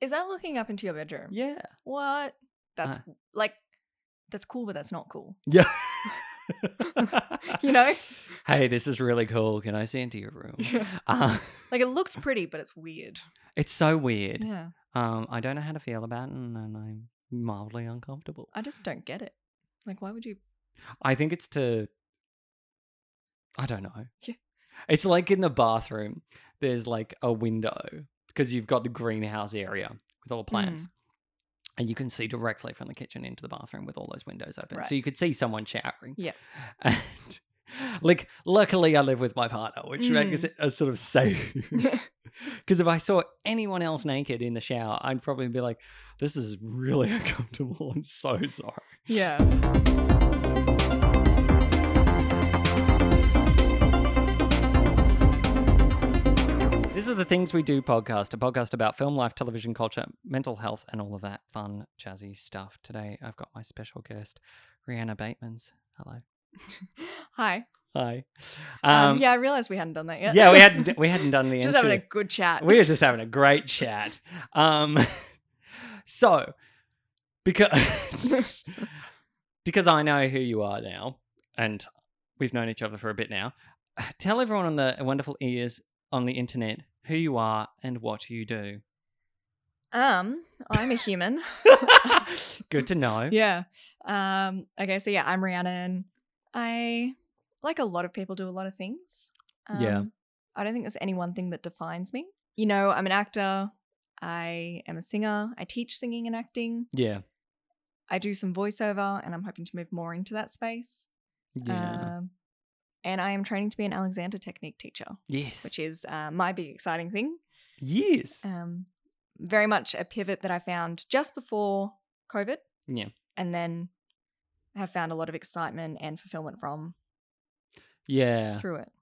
Is that looking up into your bedroom? Yeah. What? That's Uh. like, that's cool, but that's not cool. Yeah. You know? Hey, this is really cool. Can I see into your room? Uh, like, it looks pretty, but it's weird. it's so weird. Yeah. Um, I don't know how to feel about it, and and I'm mildly uncomfortable. I just don't get it. Like, why would you? I think it's to. I don't know. Yeah. It's like in the bathroom, there's like a window because you've got the greenhouse area with all the plants. Mm. And you can see directly from the kitchen into the bathroom with all those windows open. Right. So you could see someone showering. Yeah. And like, luckily, I live with my partner, which makes Mm. it a sort of safe. Because if I saw anyone else naked in the shower, I'd probably be like, this is really uncomfortable. I'm so sorry. yeah. This is the Things We Do podcast, a podcast about film life, television culture, mental health, and all of that fun, jazzy stuff. Today, I've got my special guest, Rihanna Batemans. Hello. Hi. Hi. Um, Um, yeah, I realized we hadn't done that yet. yeah, we hadn't, we hadn't done the just intro. having a good chat. we were just having a great chat. Um, so, because because I know who you are now, and we've known each other for a bit now, tell everyone on the wonderful ears on the internet who you are and what you do. Um, I'm a human. Good to know. yeah. Um. Okay. So yeah, I'm Rhiannon. I like a lot of people do a lot of things. Um, Yeah. I don't think there's any one thing that defines me. You know, I'm an actor. I am a singer. I teach singing and acting. Yeah. I do some voiceover, and I'm hoping to move more into that space. Yeah. Um, and I am training to be an Alexander Technique teacher, yes. which is uh, my big exciting thing. yes. Um, very much a pivot that I found just before COVID. Yeah. And then have found a lot of excitement and fulfillment from yeah. through it.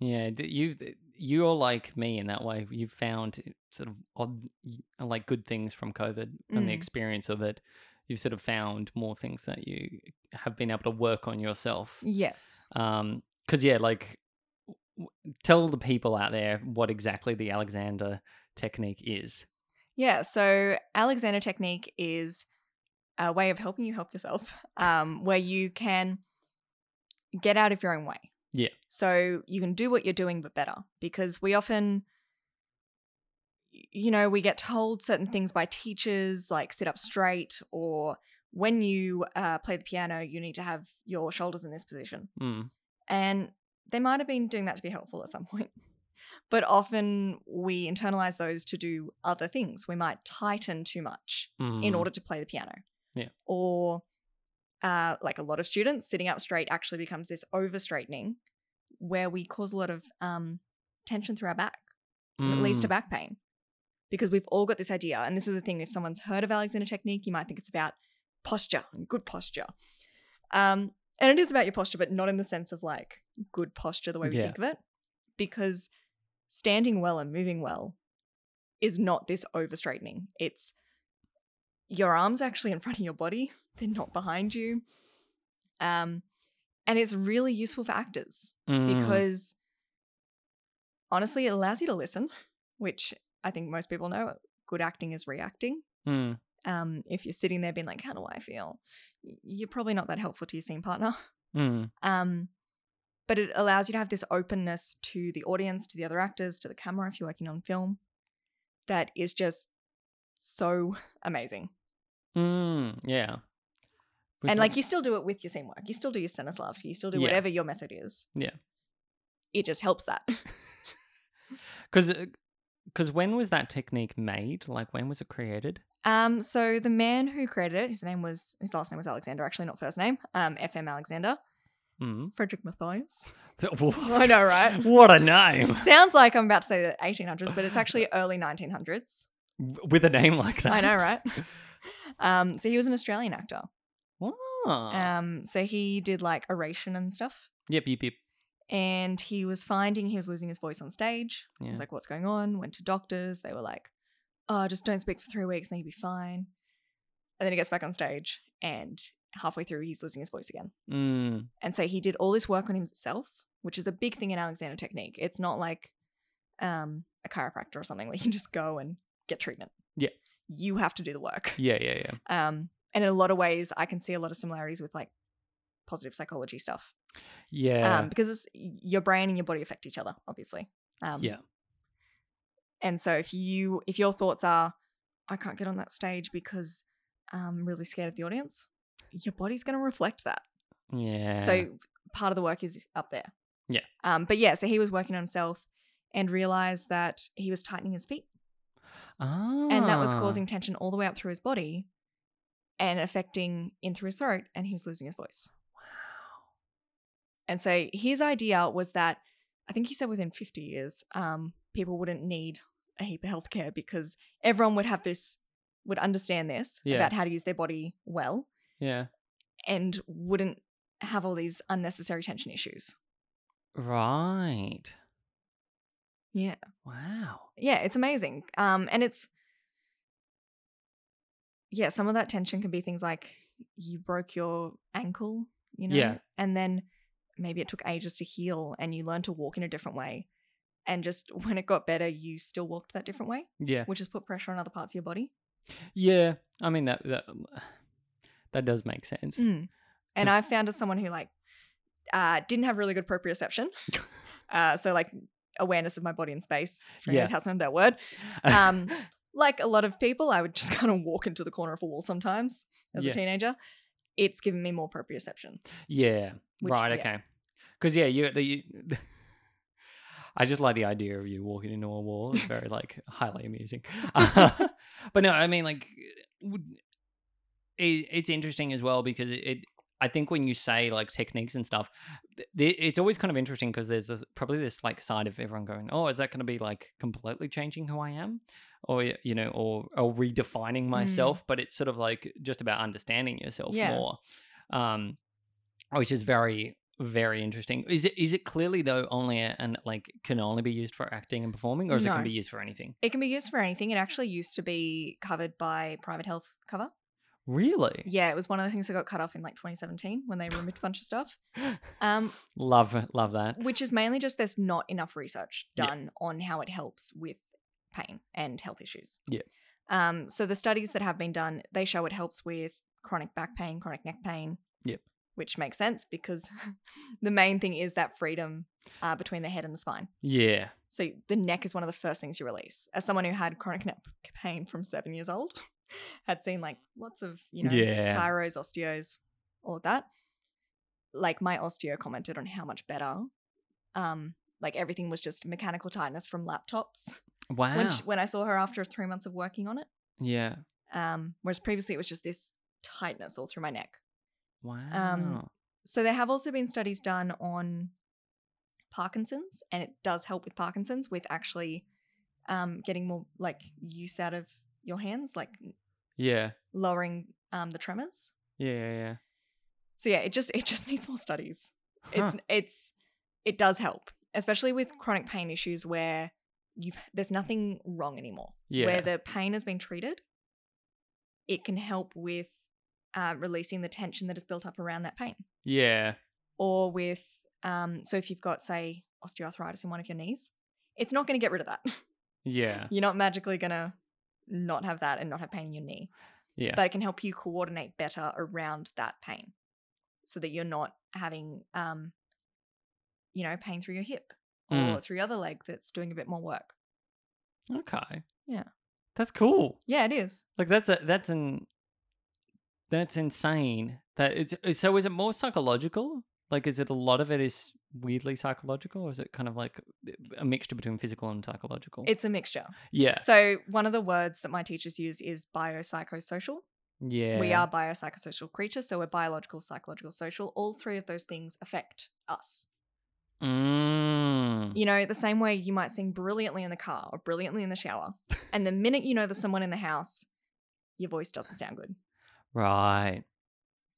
Yeah, th- you th- you're like me in that way. You've found sort of odd, y- uh, like good things from COVID and the Mm. experience of it. You've sort of found more things that you have been able to work on yourself. Yes. Um, because yeah, like w- w- tell the people out there what exactly the Alexander technique is. Yeah. So Alexander Technique is a way of helping you help yourself, um, where you can get out of your own way. Yeah. So you can do what you're doing, but better because we often, you know, we get told certain things by teachers, like sit up straight or when you uh, play the piano, you need to have your shoulders in this position. Mm. And they might have been doing that to be helpful at some point. But often we internalize those to do other things. We might tighten too much in Mm. order to play the piano. Yeah. Or, uh, like a lot of students, sitting up straight actually becomes this over straightening where we cause a lot of um, tension through our back, and it leads to Mm. back pain. Because we've all got this idea. And this is the thing if someone's heard of Alexander Technique, you might think it's about posture and good posture. Um, and it is about your posture, but not in the sense of like good posture the way we Yeah. think of it, because standing well and moving well is not this over straightening. It's your arms actually in front of your body; they're not behind you. Um, and it's really useful for actors Mm. because honestly, it allows you to listen, which I think most people know. Good acting is reacting Mm. um, if you're sitting there being like, how do I feel? Y- You're probably not that helpful to your scene partner. Mm. Um, but it allows you to have this openness to the audience, to the other actors, to the camera if you're working on film that is just so amazing. Mm. yeah, We've and got- like you still do it with your scene work, you still do your Stanislavski, you still do Yeah. whatever your method is. Yeah. It just helps that. Because because uh, when was that technique made? Like when was it created? Um, so the man who created it, his name was his last name was Alexander, actually not first name. Um, FM Alexander, Mm. Frederick Matthias. I I know, right? What a name Sounds like I'm about to say the 1800s, but it's actually early 1900s. W- with a name like that. I know, right? Um, so he was an Australian actor. Ah. Um, so he did like oration and stuff. yep, yep, yep. And he was finding he was losing his voice on stage. He Yeah. was like, "What's going on?" Went to doctors. They were like, "Oh, just don't speak for three weeks, and then you'll be fine." And then he gets back on stage, and halfway through, he's losing his voice again. Mm. And so he did all this work on himself, which is a big thing in Alexander technique. It's not like um, a chiropractor or something where you can just go and get treatment. Yeah. you have to do the work. Yeah, yeah, yeah. Um, and in a lot of ways, I can see a lot of similarities with like positive psychology stuff Yeah. um, because it's, your brain and your body affect each other, obviously. Um, yeah. And so if you if your thoughts are, I can't get on that stage because I'm really scared of the audience, your body's going to reflect that. Yeah. So part of the work is up there. Yeah. Um, but yeah, so he was working on himself and realized that he was tightening his feet and that was Ah. causing tension all the way up through his body and affecting in through his throat and he was losing his voice and so his idea was that i think he said within 50 years um, people wouldn't need a heap of healthcare because everyone would have this would understand this Yeah. about how to use their body well Yeah. and wouldn't have all these unnecessary tension issues Right. yeah Wow. yeah it's amazing um and it's yeah some of that tension can be things like you broke your ankle you know Yeah. and then maybe it took ages to heal and you learned to walk in a different way and just when it got better you still walked that different way Yeah. which has put pressure on other parts of your body Yeah. I mean that that that does make sense. Mm. And I found as someone who like uh, didn't have really good proprioception, uh, so like awareness of my body and space. If yeah. Yeah. how to remember that word. Um, like a lot of people, I would just kind of walk into the corner of a wall sometimes as Yeah. a teenager. It's given me more proprioception. yeah. which- right. yeah. Okay. Because yeah, you, the, you I just like the idea of you walking into a wall. It's very like highly amusing. but no, I mean like would, it, it's interesting as well because it, it. I think when you say like techniques and stuff, th- th- it's always kind of interesting because there's this, probably this like side of everyone going, "Oh, is that going to be like completely changing who I am?" or y- you know or or redefining Mm. myself but it's sort of like just about understanding yourself Yeah. more um which is very very interesting is it is it clearly though only a, and like can only be used for acting and performing or is it No. can be used for anything It can be used for anything. It actually used to be covered by private health cover. really Yeah, it was one of the things that got cut off in like 2017 when they removed a bunch of stuff. Um, love love that which is mainly just there's not enough research Yeah. done on how it helps with pain and health issues. Yeah. Um, so the studies that have been done, they show it helps with chronic back pain, chronic neck pain. Yep. Which makes sense because the main thing is that freedom uh, between the head and the spine. yeah So the neck is one of the first things you release. As someone who had chronic neck pain from seven years old, had seen like lots of you know Yeah. chiros, osteos, all of that. Like my osteo commented on how much better, um, like everything was just mechanical tightness from laptops. wow When she, when I saw her after three months of working on it, yeah um, whereas previously it was just this tightness all through my neck. um, wow So there have also been studies done on Parkinson's, and it does help with Parkinson's with actually um, getting more like use out of your hands, like yeah lowering um, the tremors. yeah yeah, yeah. So yeah, it just it just needs more studies. Huh. It's it's it does help, especially with chronic pain issues where you've there's nothing wrong anymore. Yeah. Where the pain has been treated, it can help with uh, releasing the tension that is built up around that pain. yeah or with um so if you've got say osteoarthritis in one of your knees it's not going to get rid of that yeah you're not magically going to not have that and not have pain in your knee yeah but it can help you coordinate better around that pain so that you're not having um you know pain through your hip or Mm. through your other leg that's doing a bit more work okay Yeah. that's cool yeah it is Like that's a that's an that's insane. That it's it's- so is it more psychological? Like is it a lot of it is weirdly psychological or is it kind of like uh, a mixture between physical and psychological? it's a mixture Oh. yeah. so one of the words that my teachers use is biopsychosocial Yeah. We are biopsychosocial creatures, so we're biological, psychological, social. All three of those things affect us. Mm. You know, the same way you might sing brilliantly in the car or brilliantly in the shower. And the minute you know there's someone in the house, your voice doesn't sound good. Right.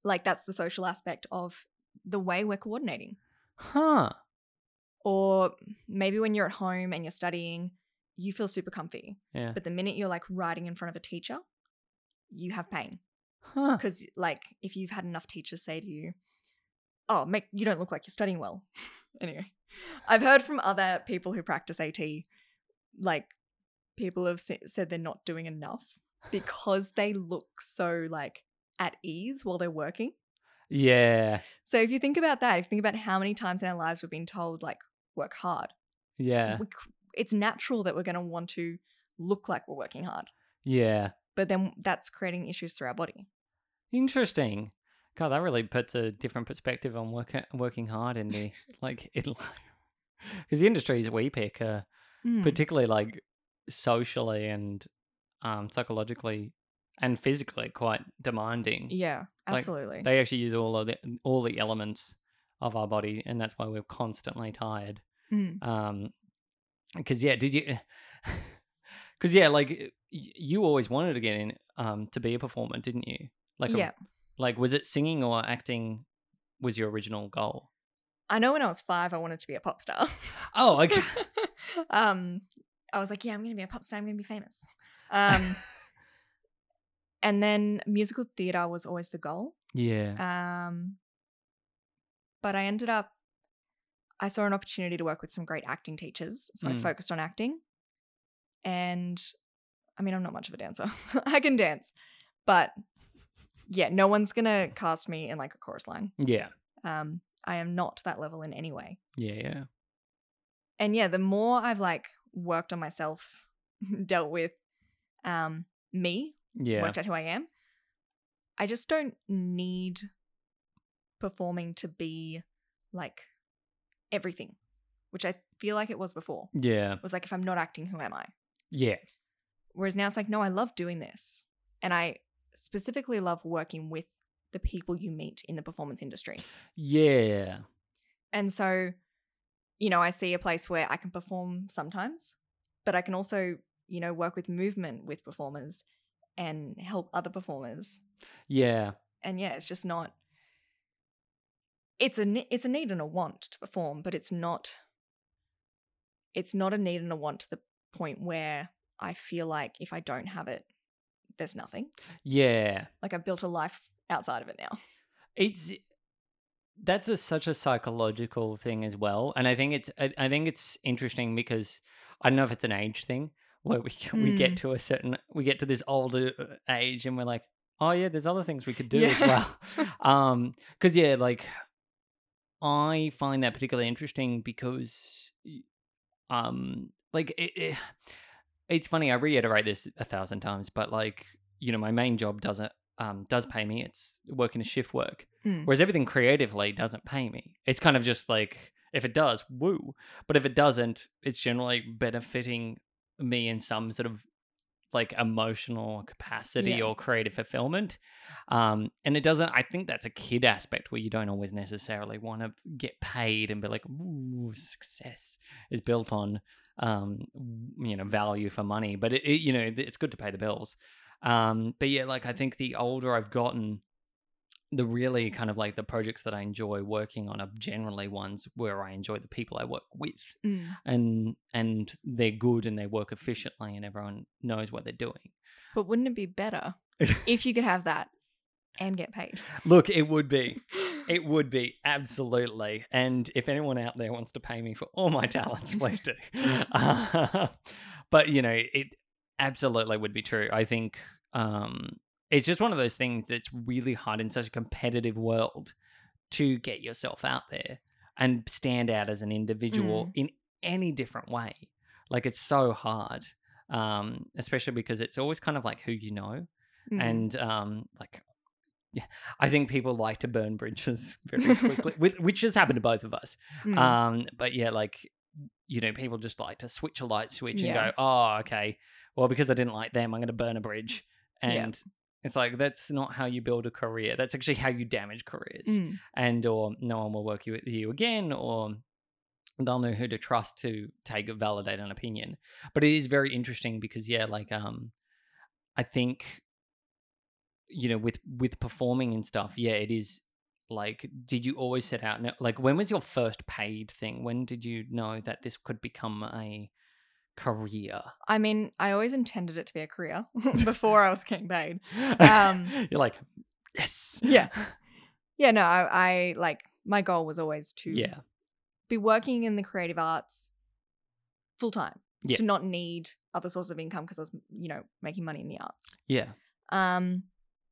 Like that's the social aspect of the way we're coordinating. Huh. Or maybe when you're at home and you're studying, you feel super comfy. Yeah. But the minute you're like writing in front of a teacher, you have pain. Huh. because like if you've had enough teachers say to you oh make you don't look like you're studying well anyway i've heard from other people who practice at like people have sa- said they're not doing enough because they look so like at ease while they're working. Yeah. So if you think about that, if you think about how many times in our lives we've been told like work hard, Yeah. we c- it's natural that we're going to want to look like we're working hard, Yeah. but then that's creating issues through our body. Interesting. God, that really puts a different perspective on work, working hard in the like in because the industries we pick are Mm. Hmm. particularly like socially and um, psychologically and physically quite demanding. Yeah, like, absolutely. They actually use all of the um, all the elements of our body, and that's why we're constantly tired. Mm. um because yeah did you because yeah like y- you always wanted to get in um to be a performer didn't you like a- yeah. like was it singing or acting was your original goal I know when I was five, I wanted to be a pop star. oh okay um, I was like, yeah, I'm going to be a pop star. I'm going to be famous. Um, and then musical theater was always the goal. yeah Um, but I ended up, I saw an opportunity to work with some great acting teachers. So I Mm. focused on acting. And I mean, I'm not much of a dancer. I can dance, but yeah, no one's going to cast me in like a chorus line. yeah Um, I am not that level in any way. yeah yeah And yeah, the more I've like worked on myself, dealt with um, me yeah worked out who I am. I just don't need performing to be like everything, which I feel like it was before. yeah It was like, if I'm not acting, who am I? yeah Whereas now it's like, no, I love doing this. And I specifically love working with the people you meet in the performance industry. yeah And so, you know, I see a place where I can perform sometimes, but I can also, you know, work with movement with performers and help other performers yeah and yeah, it's just not. It's a ne- it's a need and a want to perform, but it's not. It's not a need and a want to the point where I feel like if I don't have it, there's nothing. yeah Like I've built a life outside of it now. it's eh, that's a, such a psychological thing as well and i think it's I, I think it's interesting because i don't know if it's an age thing where we we get Mm. to a certain we get to this older uh, age and we're like oh yeah there's other things we could do as Yeah. well um because yeah like i find that particularly interesting because y- um like it, it, it's funny i reiterate this a thousand times but like you know my main job doesn't um does pay me it's working a shift work Mm. whereas everything creatively doesn't pay me it's kind of just like if it does woo but if it doesn't it's generally benefiting me in some sort of like emotional capacity Yeah. or creative fulfillment um and it doesn't i think that's a kid aspect where you don't always necessarily want to get paid and be like ooh success is built on um w- you know value for money but it, it you know th- it's good to pay the bills um but yeah like i think the older i've gotten the really kind of like the projects that i enjoy working on are generally ones where i enjoy the people i work with Mm. and and they're good and they work efficiently and everyone knows what they're doing But wouldn't it be better if you could have that and get paid? look it would be It would be absolutely, and if anyone out there wants to pay me for all my talents, please do. but you know, it absolutely would be true. I think um, it's just one of those things that's really hard in such a competitive world to get yourself out there and stand out as an individual in any different way. Like it's so hard, um, especially because it's always kind of like who you know Mm. and um like yeah, I think people like to burn bridges very quickly, which, which has happened to both of us. Mm. Um, but yeah, like you know, people just like to switch a light switch Yeah. and go, "Oh, okay, well, because I didn't like them, I'm going to burn a bridge." Yeah. And it's like that's not how you build a career. That's actually how you damage careers. Mm. And or no one will work you with you again, or they'll know who to trust to take a validate an opinion. But it is very interesting because yeah, like um, I think you know with with performing and stuff yeah it is like did you always set out no, like when was your first paid thing when did you know that this could become a career I mean, I always intended it to be a career before I was getting paid. Um, um you're like yes Yeah. Yeah, no, I, I like my goal was always to yeah be working in the creative arts full time Yeah. to not need other sources of income because I was, you know, making money in the arts. Yeah. Um,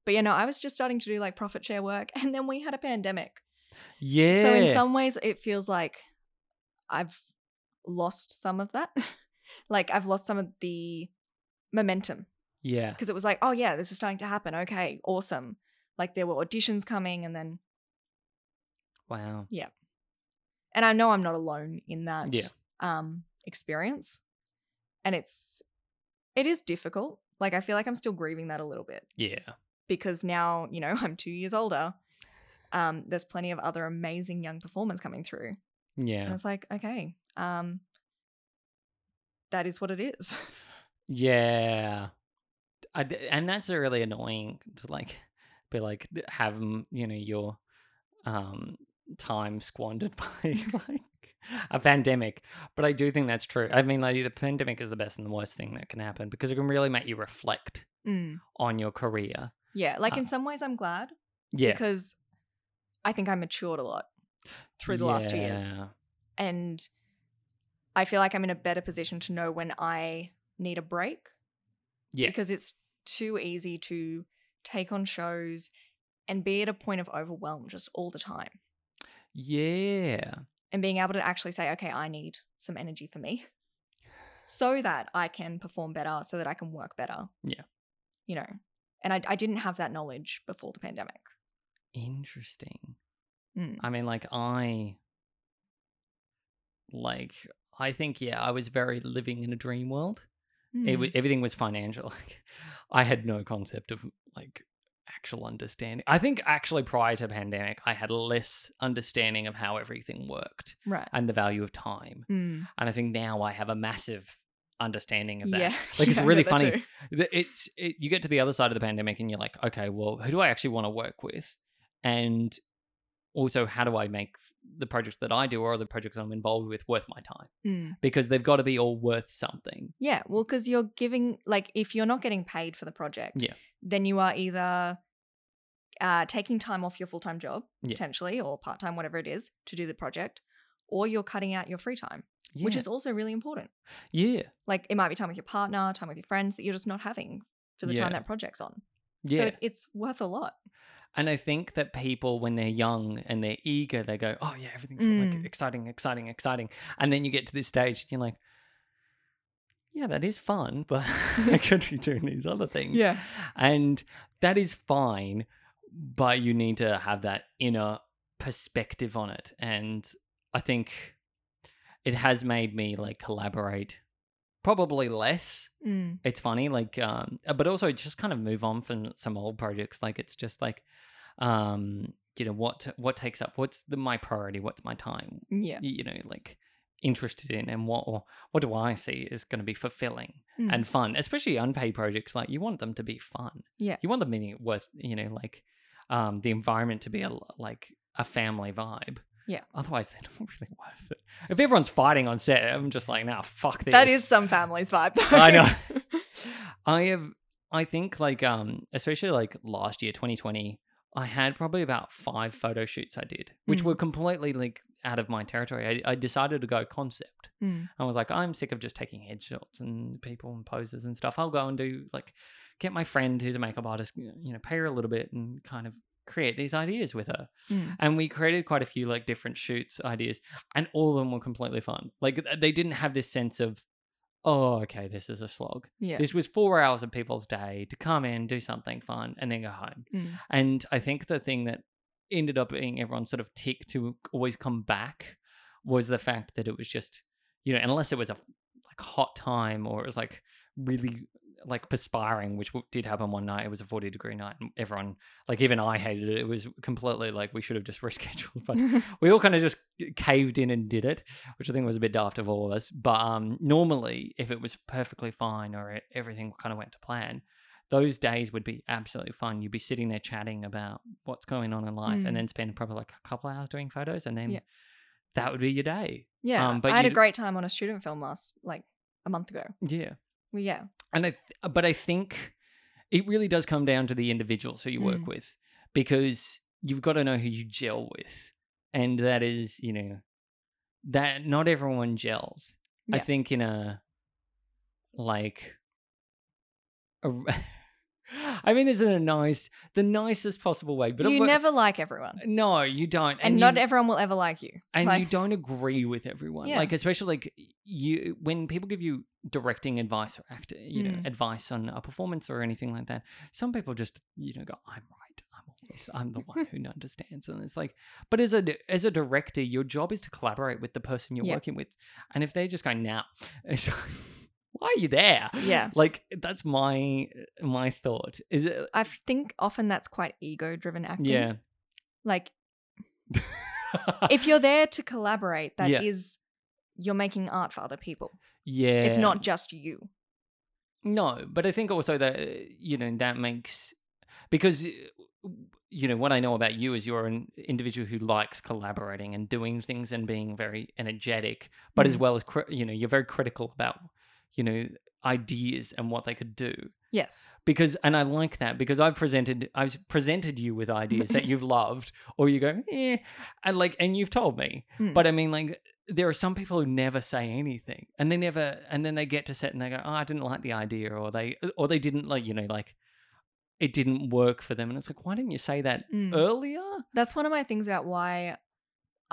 but yeah, no, I was just starting to do like profit share work, and then we had a pandemic. Yeah. So in some ways, it feels like I've lost some of that. like I've lost some of the momentum Yeah. because it was like, oh yeah, this is starting to happen. Okay, awesome. Like there were auditions coming, and then Wow. and I know I'm not alone in that Yeah. um experience. And it's it is difficult. Like I feel like I'm still grieving that a little bit Yeah. because now, you know, I'm 2 years older. Um there's plenty of other amazing young performers coming through. And Yeah. it's like, okay, um that is what it is. Yeah. I d and that's a really annoying to like be like have mm, you know your um time squandered by like a pandemic. But I do think that's true. I mean like the pandemic is the best and the worst thing that can happen because it can really make you reflect Mm. on your career. Yeah, like in Uh, some ways I'm glad Yeah. because I think I matured a lot through the last two years. Yeah. and I feel like I'm in a better position to know when I need a break Yeah. because it's too easy to take on shows and be at a point of overwhelm just all the time. Yeah. And being able to actually say, okay, I need some energy for me so that I can perform better, so that I can work better. Yeah. You know, and I, I didn't have that knowledge before the pandemic. Interesting. Mm. I mean, like I, like I think, yeah, I was very living in a dream world. Mm. It wa- everything was financial. Like, I had no concept of like actual understanding. I think actually prior to pandemic, I had less understanding of how everything worked right. and the value of time. Mm. And I think now I have a massive understanding of that. Yeah. Like, it's I really get that funny. too. Th- it's it, you get to the other side of the pandemic and you're like okay well who do i actually want to work with and also how do i make the projects that i do or the projects i'm involved with worth my time Mm. because they've got to be all worth something Yeah, well, because you're giving like if you're not getting paid for the project, Yeah. then you are either uh, taking time off your full time job Yeah. potentially or part time, whatever it is, to do the project, or you're cutting out your free time, yeah. which is also really important. yeah Like it might be time with your partner, time with your friends that you're just not having for the time Yeah. that project's on. yeah So it's worth a lot. and i think that people when they're young and they're eager they go oh yeah everything's Mm. like exciting exciting exciting and then you get to this stage and you're like yeah that is fun but i could be doing these other things And that is fine, but you need to have that inner perspective on it. And I think it has made me like collaborate probably less. Mm. It's funny, like, um, but also just kind of move on from some old projects. Like, it's just like, um, you know, what what takes up? What's the my priority? What's my time? Yeah. You know, like interested in, and what or what do I see is going to be fulfilling? Mm. and fun, especially unpaid projects. Like you want them to be fun. Yeah. You want them to be worth, you know, like um, the environment to be a, like a family vibe. Mm. Yeah. Otherwise, they're not really worth it. If everyone's fighting on set, I'm just like, nah, fuck this. that is some families vibe. Though. I know. I have. I think like um, especially like last year, 2020, I had probably about five photo shoots I did, which Mm. were completely like out of my territory. I, I decided to go concept. Mm. I was like, I'm sick of just taking headshots and people and poses and stuff. I'll go and do like get my friend who's a makeup artist, you know, pay her a little bit and kind of create these ideas with her. Mm. And we created quite a few like different shoots ideas, and all of them were completely fun. Like th- they didn't have this sense of, oh, okay, this is a slog. Yeah. This was four hours of people's day to come in, do something fun, and then go home. Mm. And I think the thing that ended up being everyone's sort of tick to always come back was the fact that it was just, you know, unless it was a like hot time or it was like really like perspiring, which w- did happen one night. It was a 40 degree night and everyone, like even I hated it. It was completely like we should have just rescheduled, but we all kind of just caved in and did it, which I think was a bit daft of all of us. But um, normally, if it was perfectly fine or it, everything kind of went to plan, those days would be absolutely fun. You'd be sitting there chatting about what's going on in life, Mm. and then spend probably like a couple hours doing photos, and then Yeah. that would be your day. yeah. Um, but I had a you'd- great time on a student film last like a month ago. Yeah, Well, yeah. and I, th- but I think it really does come down to the individuals who you work Mm. with, because you've got to know who you gel with, and that is, you know, that not everyone gels. I Yeah. think in a like a, I mean this is a nice the nicest possible way, but you but- never like everyone, and, no, you don't, you- not everyone will ever like you. and like, you don't agree with everyone Yeah. like especially like you when people give you directing advice or act you know Mm. advice on a performance or anything like that some people just you know go i'm right i'm always i'm the one who understands and it's like but as a as a director your job is to collaborate with the person you're Yeah. working with and if they're just going now why are you there Yeah. like that's my my thought is it I think often that's quite ego-driven acting. yeah Like if you're there to collaborate, that Yeah. is- you're making art for other people. yeah It's not just you. No, but I think also that uh, you know that makes because uh, you know what I know about you is you're an individual who likes collaborating and doing things and being very energetic, but as Mm. well as cri- you know you're very critical about you know ideas and what they could do Yes. because and I like that because I've presented I've presented you with ideas that you've loved or you go eh and like and you've told me Mm. but I mean like there are some people who never say anything and they never and then they get to set and they go oh I didn't like the idea or they or they didn't like you know like it didn't work for them and it's like why didn't you say that Mm. earlier That's one of my things about why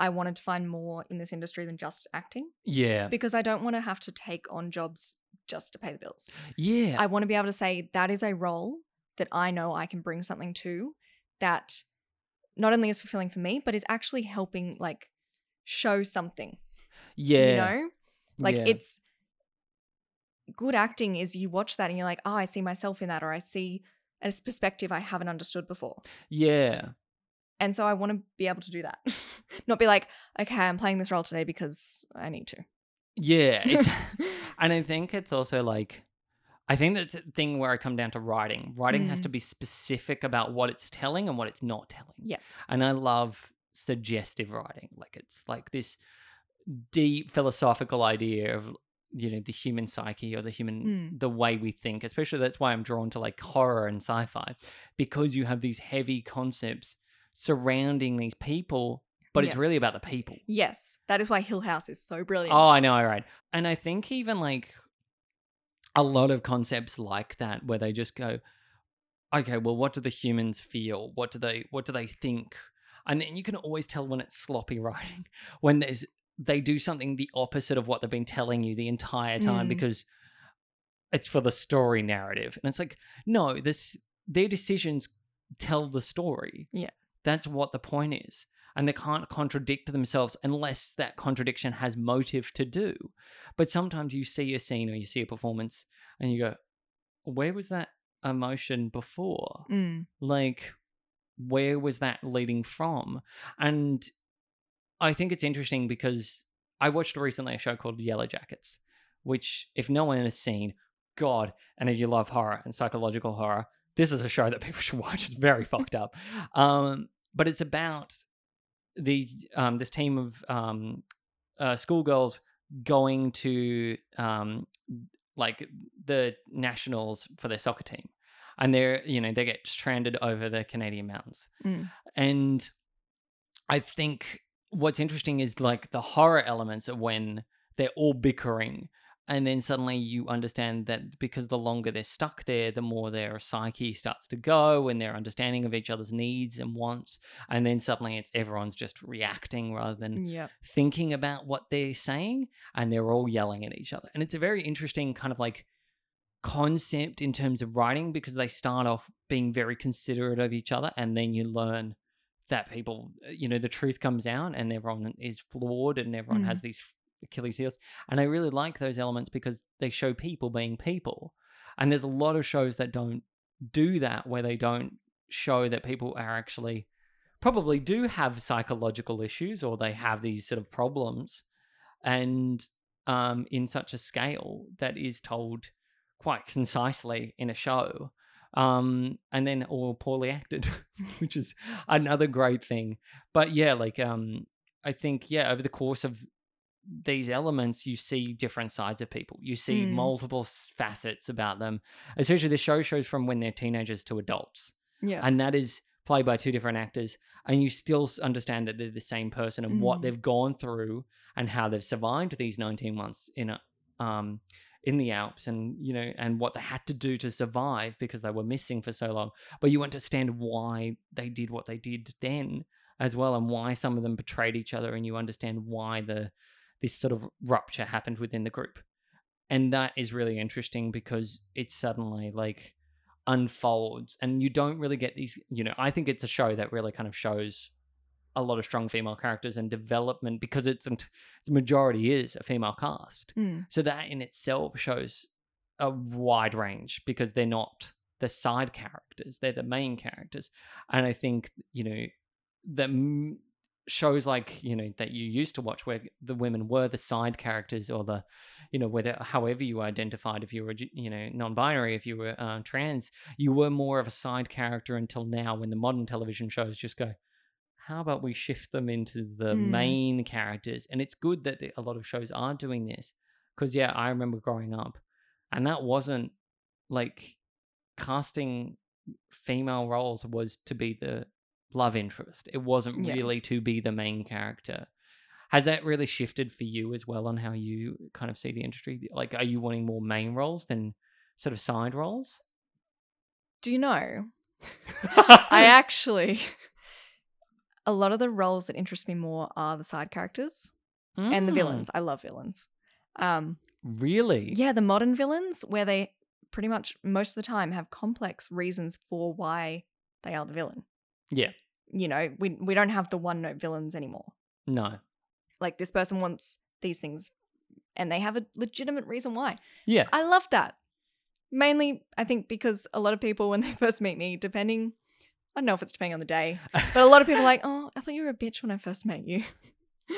I wanted to find more in this industry than just acting yeah because I don't want to have to take on jobs just to pay the bills. yeah I want to be able to say that is a role that I know I can bring something to that not only is fulfilling for me, but is actually helping like show something. yeah You know? Like yeah. it's good acting is you watch that and you're like, oh, I see myself in that, or I see a s- perspective I haven't understood before. yeah And so I want to be able to do that. Not be like, okay, I'm playing this role today because I need to. yeah it's And I think it's also like, I think that's a thing where I come down to writing. Writing has Mm. to be specific about what it's telling and what it's not telling. Yeah. And I love suggestive writing. Like it's like this deep philosophical idea of you know the human psyche or the human Mm. the way we think especially that's why i'm drawn to like horror and sci-fi because you have these heavy concepts surrounding these people but it's Yeah. really about the people yes. That is why Hill House is so brilliant. Oh, I know, right. And I think even like a lot of concepts like that where they just go, okay, well, what do the humans feel? What do they what do they think? And then you can always tell when it's sloppy writing, when there's they do something the opposite of what they've been telling you the entire time Mm. because it's for the story narrative. And it's like, no, this their decisions tell the story. Yeah. That's what the point is and they can't contradict themselves unless that contradiction has motive to do. But sometimes you see a scene or you see a performance and you go, where was that emotion before? Mm. Like, where was that leading from? And I think it's interesting because I watched recently a show called Yellow Jackets, which, if no one has seen, God, and if you love horror and psychological horror, this is a show that people should watch. It's very fucked up. Um, but it's about these um, this team of um, uh, schoolgirls going to um, like the nationals for their soccer team, and they're you know they get stranded over the Canadian mountains, Mm. and I think what's interesting is like the horror elements of when they're all bickering. And then suddenly you understand that because the longer they're stuck there, the more their psyche starts to go and their understanding of each other's needs and wants. And then suddenly it's everyone's just reacting rather than Yeah. thinking about what they're saying and they're all yelling at each other. And it's a very interesting kind of like concept in terms of writing because they start off being very considerate of each other and then you learn that people, uh, you know, the truth comes out and everyone is flawed and everyone Mm. has these Achilles heels. And I really like those elements because they show people being people. And there's a lot of shows that don't do that where they don't show that people are actually probably do have psychological issues or they have these sort of problems and um, in such a scale that is told quite concisely in a show um, and then all poorly acted which is another great thing but yeah like um, i think yeah over the course of these elements you see different sides of people you see Mm. multiple s- facets about them especially the show shows from when they're teenagers to adults Yeah. and that is played by two different actors and you still s- understand that they're the same person and what Mm. they've gone through and how they've survived these 19 months in a um in the Alps and you know and what they had to do to survive because they were missing for so long. But you understand why they did what they did then as well, and why some of them betrayed each other, and you understand why the this sort of rupture happened within the group. And that is really interesting because it suddenly like unfolds and you don't really get these you know, I think it's a show that really kind of shows a lot of strong female characters and development because it's its majority is a female cast. Mm. So that in itself shows a wide range because they're not the side characters, they're the main characters. And I think, you know, that m- shows like, you know, that you used to watch where the women were the side characters or the, you know, whether however you identified, if you were, you know, non binary, if you were uh, trans, you were more of a side character until now when the modern television shows just go, how about we shift them into the Mm. main characters? And it's good that a lot of shows are doing this because yeah i remember growing up and that wasn't like casting female roles was to be the love interest it wasn't Yeah. really to be the main character has that really shifted for you as well on how you kind of see the industry like are you wanting more main roles than sort of side roles Do you know? I i actually, a lot of the roles that interest me more are the side characters and the villains. I love villains. Um, Mm. really yeah, the modern villains, where they pretty much most of the time have complex reasons for why they are the villain. Yeah. You know, we, we don't have the one note villains anymore. no Like, this person wants these things and they have a legitimate reason why. yeah I love that. Mainly, I think, because a lot of people, when they first meet me, depending, I don't know if it's depending on the day, but a lot of people are like, oh, I thought you were a bitch when I first met you.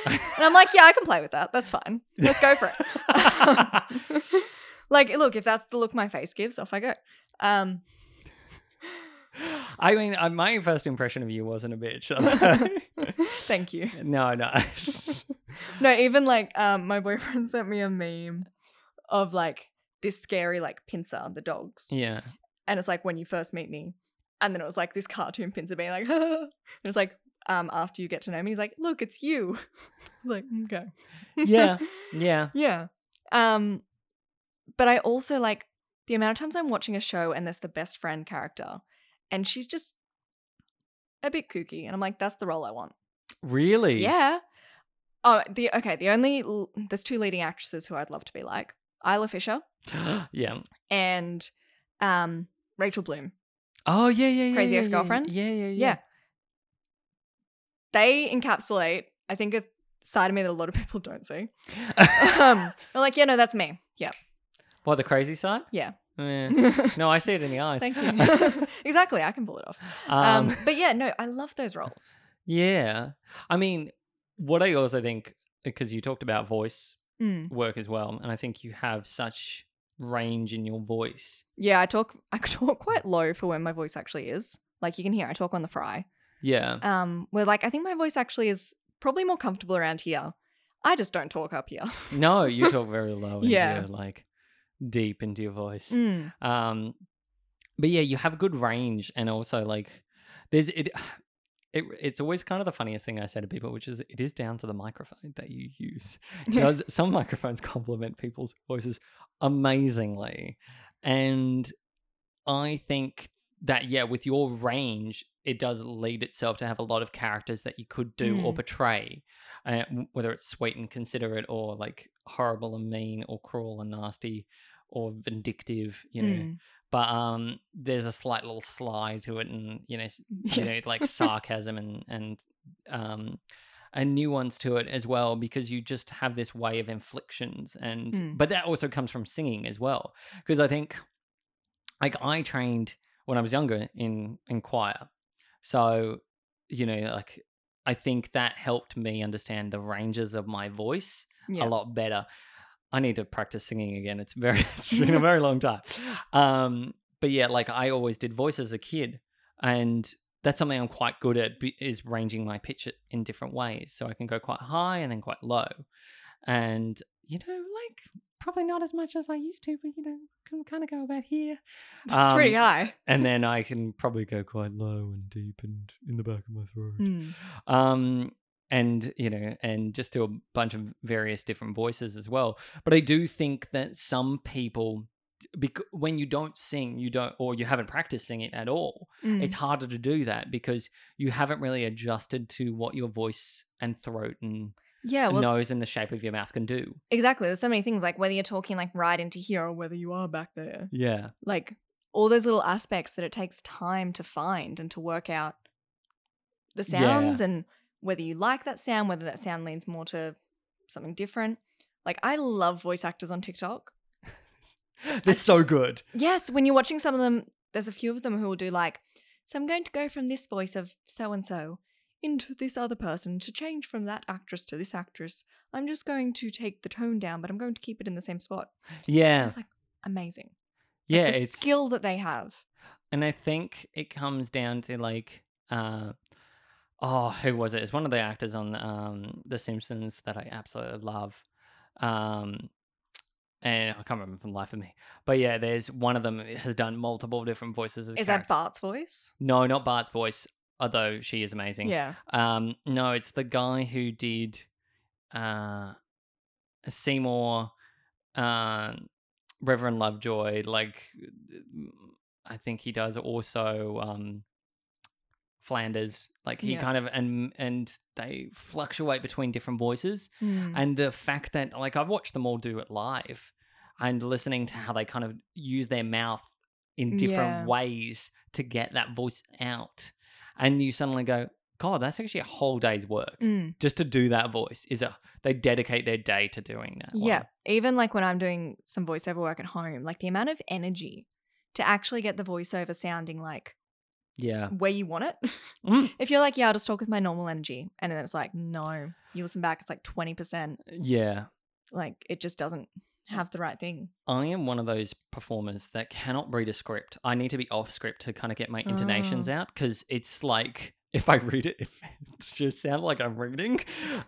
and I'm like, yeah, I can play with that. That's fine. Let's go for it. like, look, if that's the look my face gives, off I go. Um, I mean, uh, my first impression of you wasn't a bitch. thank you. No, no. No, even like um, my boyfriend sent me a meme of like this scary like pincer, the dogs. yeah. and it's like when you first meet me and then it was like this cartoon pincer being like and it's like um after you get to know me he's like look it's you like okay Yeah. Yeah. yeah um but i also like the amount of times i'm watching a show and there's the best friend character and she's just a bit kooky and i'm like that's the role i want Really? yeah oh the okay the only l- there's two leading actresses who i'd love to be like isla fisher yeah. and um rachel bloom Oh, yeah, yeah, yeah. Crazy yeah, yeah, Ex-Girlfriend? Yeah, yeah, yeah. yeah. They encapsulate, I think, a side of me that a lot of people don't see. um, they're like, yeah, no, that's me. Yep. What, the crazy side? Yeah. Yeah. No, I see it in the eyes. Thank you. exactly. I can pull it off. Um, Um, but yeah, no, I love those roles. yeah. I mean, what I also think, because you talked about voice Mm. work as well, and I think you have such range in your voice. Yeah, I talk. I talk quite low for when my voice actually is. Like you can hear, I talk on the fry. Yeah. Um, where like I think my voice actually is probably more comfortable around here. I just don't talk up here. No, you talk very low. Yeah. yeah. like deep into your voice. Mm. Um, but yeah, you have good range, and also like there's it. It, it's always kind of the funniest thing I say to people, which is it is down to the microphone that you use. Because some microphones complement people's voices amazingly. And I think that, yeah, with your range, it does lead itself to have a lot of characters that you could do or Mm. portray, uh, w- whether it's sweet and considerate or like horrible and mean or cruel and nasty or vindictive, you know. Mm. But um, there's a slight little sly to it and, you know, s- you Yeah. know like sarcasm and and um a nuance to it as well because you just have this way of inflictions and Mm. but that also comes from singing as well because i think like i trained when i was younger in in choir so you know like i think that helped me understand the ranges of my voice Yeah. a lot better. I need to practice singing again. It's very it's been a very long time. Um, but yeah, like I always did voice as a kid, and that's something I'm quite good at be- is ranging my pitch in different ways, so I can go quite high and then quite low, and you know, like probably not as much as I used to, but you know, can kind of go about here, That's pretty um, high. and then I can probably go quite low and deep and in the back of my throat. Mm. Um, and you know and just do a bunch of various different voices as well but i do think that some people bec- when you don't sing you don't or you haven't practiced singing at all Mm. it's harder to do that because you haven't really adjusted to what your voice and throat and yeah, well, nose and the shape of your mouth can do exactly. There's so many things like whether you're talking like right into here or whether you are back there. yeah Like all those little aspects that it takes time to find and to work out the Yeah. sounds and whether you like that sound, whether that sound leans more to something different. Like I love voice actors on TikTok. they're so good Yes, when you're watching some of them, there's a few of them who will do like, so I'm going to go from this voice of so and so into this other person to change from that actress to this actress. I'm just going to take the tone down, but I'm going to keep it in the same spot. yeah It's like amazing. yeah the it's skill that they have. and I think it comes down to like, uh, oh, who was it? It's one of the actors on um, The Simpsons that I absolutely love, um, and I can't remember from the life of me. But yeah, there's one of them has done multiple different voices. Of Is that characters. Bart's voice? No, not Bart's voice, although she is amazing. Yeah. Um, no, it's the guy who did uh, Seymour, uh, Reverend Lovejoy. Like, I think he does also um, Flanders. Like, he Yeah. kind of and and they fluctuate between different voices. Mm-hmm. And the fact that like I've watched them all do it live, and listening to how they kind of use their mouth in different Yeah. ways to get that voice out, and you suddenly go, God, that's actually a whole day's work Mm. just to do that voice. Is a they dedicate their day to doing that. one. Yeah. Even like when I'm doing some voiceover work at home, like the amount of energy to actually get the voiceover sounding like yeah. where you want it. Uh. Mm. If you're like, yeah, I'll just talk with my normal energy, and then it's like, no, you listen back, it's like 20%. Yeah. Like, it just doesn't have the right thing. I am one of those performers that cannot read a script. I need to be off script to kind of get my intonations out because it's like if I read it, it just sounds like I'm reading.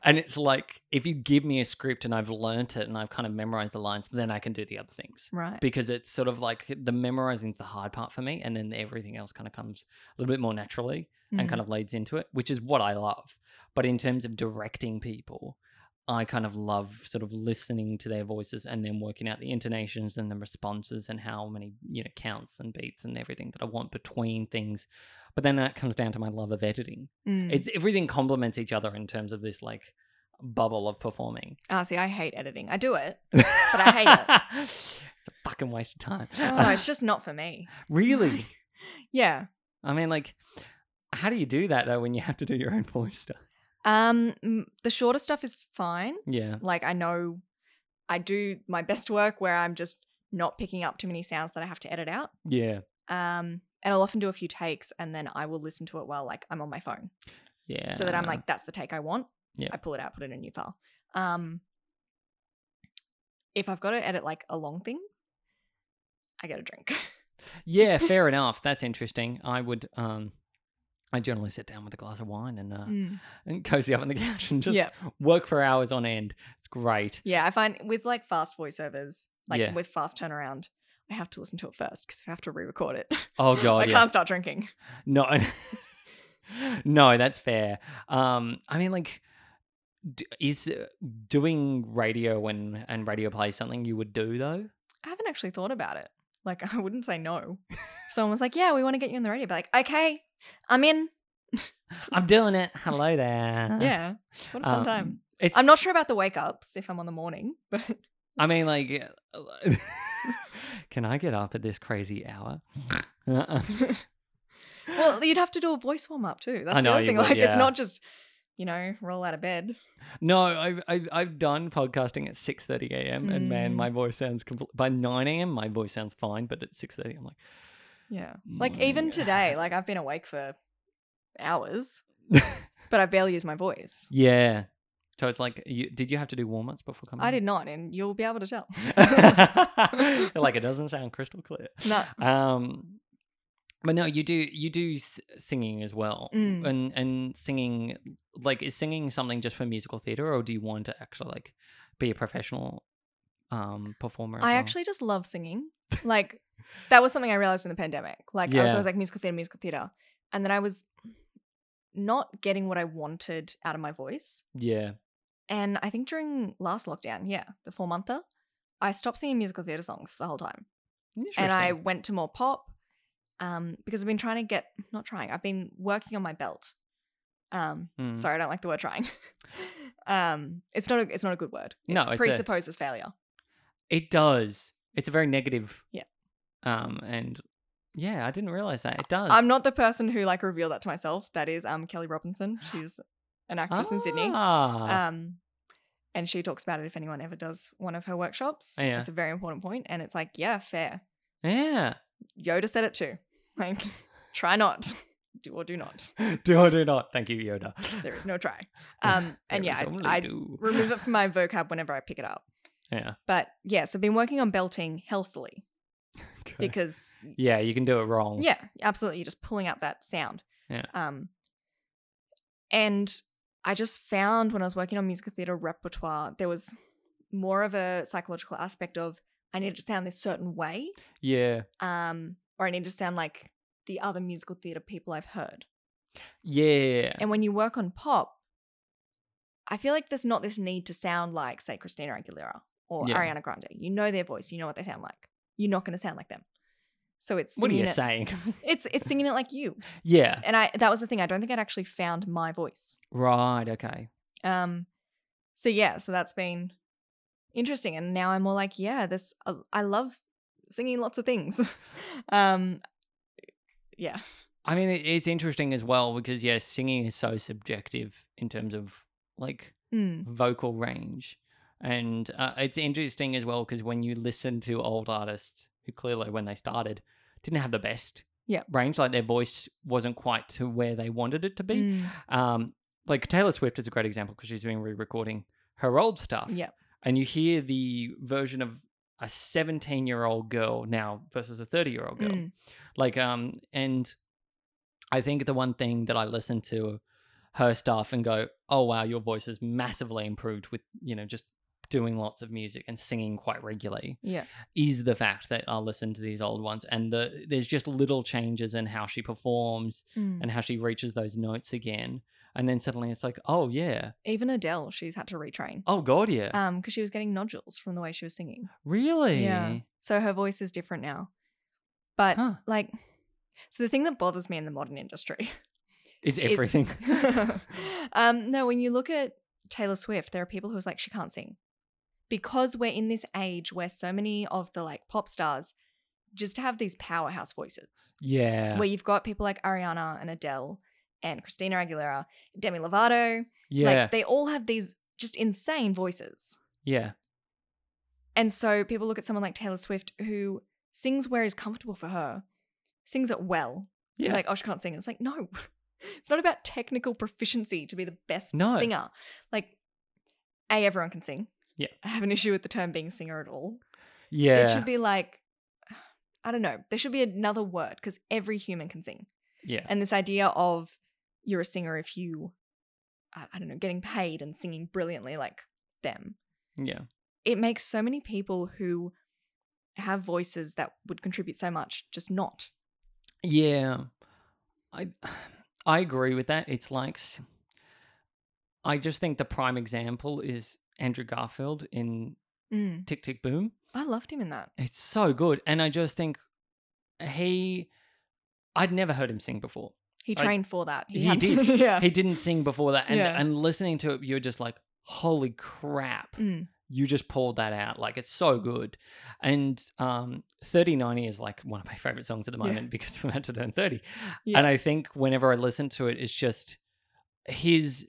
And it's like if you give me a script and I've learnt it and I've kind of memorized the lines, then I can do the other things Right. because it's sort of like the memorizing's the hard part for me. And then everything else kind of comes a little bit more naturally Mm. and kind of leads into it, which is what I love. But in terms of directing people, I kind of love sort of listening to their voices and then working out the intonations and the responses and how many, you know, counts and beats and everything that I want between things. But then that comes down to my love of editing. Mm. It's everything complements each other in terms of this like bubble of performing. Ah, see, I hate editing. I do it. But I hate it. it's a fucking waste of time. Oh, it's just not for me. really? Yeah. I mean, like, how do you do that though when you have to do your own voice stuff? Um, mm, the shorter stuff is fine. Yeah. Like, I know I do my best work where I'm just not picking up too many sounds that I have to edit out. Yeah. Um, and I'll often do a few takes and then I will listen to it while like I'm on my phone. Yeah. uh-huh. so that I'm like, that's the take I want. Yeah. I pull it out, put it in a new file. Um, if I've got to edit like a long thing, I get a drink. yeah, fair enough. That's interesting. I would, um, I generally sit down with a glass of wine and uh, and cozy up on the couch and just Mm. Yeah. work for hours on end. It's great. Yeah, I find with like fast voiceovers, like Yeah. with fast turnaround, I have to listen to it first because I have to re-record it. Oh god, I yeah. can't start drinking. No, no, that's fair. Um, I mean, like, d- is uh, doing radio and and radio play something you would do though? I haven't actually thought about it. Like I wouldn't say no. If Someone was like, "Yeah, we want to get you on the radio." I'd be like, "Okay, I'm in." I'm doing it. Hello there. yeah, what a fun Um, time. It's I'm not sure about the wake ups if I'm on the morning, but I mean, like, can I get up at this crazy hour? Uh-uh. Well, you'd have to do a voice warm up too. That's know, the other you thing. would, like, yeah. it's not just you know roll out of bed. no, I've, I've I've done podcasting at six thirty a.m. and man, Mm. my voice sounds compl- by nine a.m. My voice sounds fine, but at six thirty, I'm like, Yeah. Like Mm. even today, like I've been awake for hours, but I barely use my voice. yeah. So it's like, you, did you have to do warm ups before coming? I did not, and you'll be able to tell. did. like it doesn't sound crystal clear. No. Um, but no, you do you do s- singing as well, Mm. and and singing like is singing something just for musical theater, or do you want to actually like be a professional um performer? as I well? actually just love singing. Like that was something I realized in the pandemic. Like I was Yeah. always like musical theater, musical theater, and then I was not getting what I wanted out of my voice. Yeah. And I think during last lockdown, yeah, the four monther, I stopped singing musical theatre songs for the whole time. And I Interesting. went to more pop um, because I've been trying to get, not trying, I've been working on my belt. Um, Mm. Sorry, I don't like the word trying. um, it's not a it's not a good word. It No, it's a- presupposes failure. It does. It's a very negative. Yeah. Um, and yeah, I didn't realize that. It does. I'm not the person who like revealed that to myself. That is um Kelly Robinson. She's an actress in Sydney. Ah. Um, and she talks about it if anyone ever does one of her workshops. Yeah. It's a very important point, and it's like yeah, fair. yeah. Yoda said it too. Like, try not, do or do not. do or do not. Thank you, Yoda. There is no try. Um, and There yeah, is only I, I do. remove it from my vocab whenever I pick it up. Yeah. But yes, I've been working on belting healthily Okay. because yeah, you can do it wrong. Yeah, absolutely. You're just pulling out that sound. Yeah. Um, and I just found when I was working on musical theatre repertoire, there was more of a psychological aspect of I need to sound this certain way, Yeah. um, or I need to sound like the other musical theatre people I've heard. Yeah. And when you work on pop, I feel like there's not this need to sound like, say, Christina Aguilera or Yeah. Ariana Grande. You know their voice, you know what they sound like. You're not going to sound like them. So it's What singing are you it- saying? It's it's singing it like you yeah. and I that was the thing. I don't think I'd actually found my voice. Right. Okay. Um, so yeah, so that's been interesting, and now I'm more like, yeah, this I, I love singing lots of things. um, yeah, I mean, it, it's interesting as well because yeah, singing is so subjective in terms of like Mm, vocal range, and uh, it's interesting as well because when you listen to old artists who clearly when they started didn't have the best Yeah. range, like their voice wasn't quite to where they wanted it to be. mm, Um, like Taylor Swift is a great example because she's been re-recording her old stuff. yeah, and you hear the version of a 17 year old girl now versus a 30 year old girl mm, like um and i think the one thing that i listen to her stuff and go oh wow your voice has massively improved with you know just doing lots of music and singing quite regularly yeah, is the fact that i listen to these old ones and the there's just little changes in how she performs mm. and how she reaches those notes again and then suddenly it's like oh yeah Even Adele, she's had to retrain. oh god yeah Um, because she was getting nodules from the way she was singing. really Yeah. So her voice is different now. But Huh. like, so the thing that bothers me in the modern industry is It's- everything um, no, when you look at Taylor Swift, there are people who's like, she can't sing. Because we're in this age where so many of the like pop stars just have these powerhouse voices. yeah Where you've got people like Ariana and Adele and Christina Aguilera, Demi Lovato. yeah Like they all have these just insane voices. yeah And so people look at someone like Taylor Swift who sings where is comfortable for her, sings it well. yeah Like, oh, she can't sing. It's like, no. It's not about technical proficiency to be the best No. singer. Like, A, everyone can sing. Yeah. I have an issue with the term being singer at all. yeah It should be like, I don't know. There should be another word because every human can sing. yeah And this idea of you're a singer if you, I I don't know, getting paid and singing brilliantly like them yeah it makes so many people who have voices that would contribute so much just not. Yeah, I I agree with that. It's like s- I just think the prime example is Andrew Garfield in Mm. Tick Tick Boom. I loved him in that. It's so good, and I just think he I'd never heard him sing before. He I- trained for that. He had to- did. yeah. He didn't sing before that, and Yeah. and listening to it, you're just like, holy crap. Mm. You just pulled that out. Like it's so good. And um 3090 is like one of my favorite songs at the Yeah. moment because we're about to turn 30. Yeah. And I think whenever I listen to it, it's just his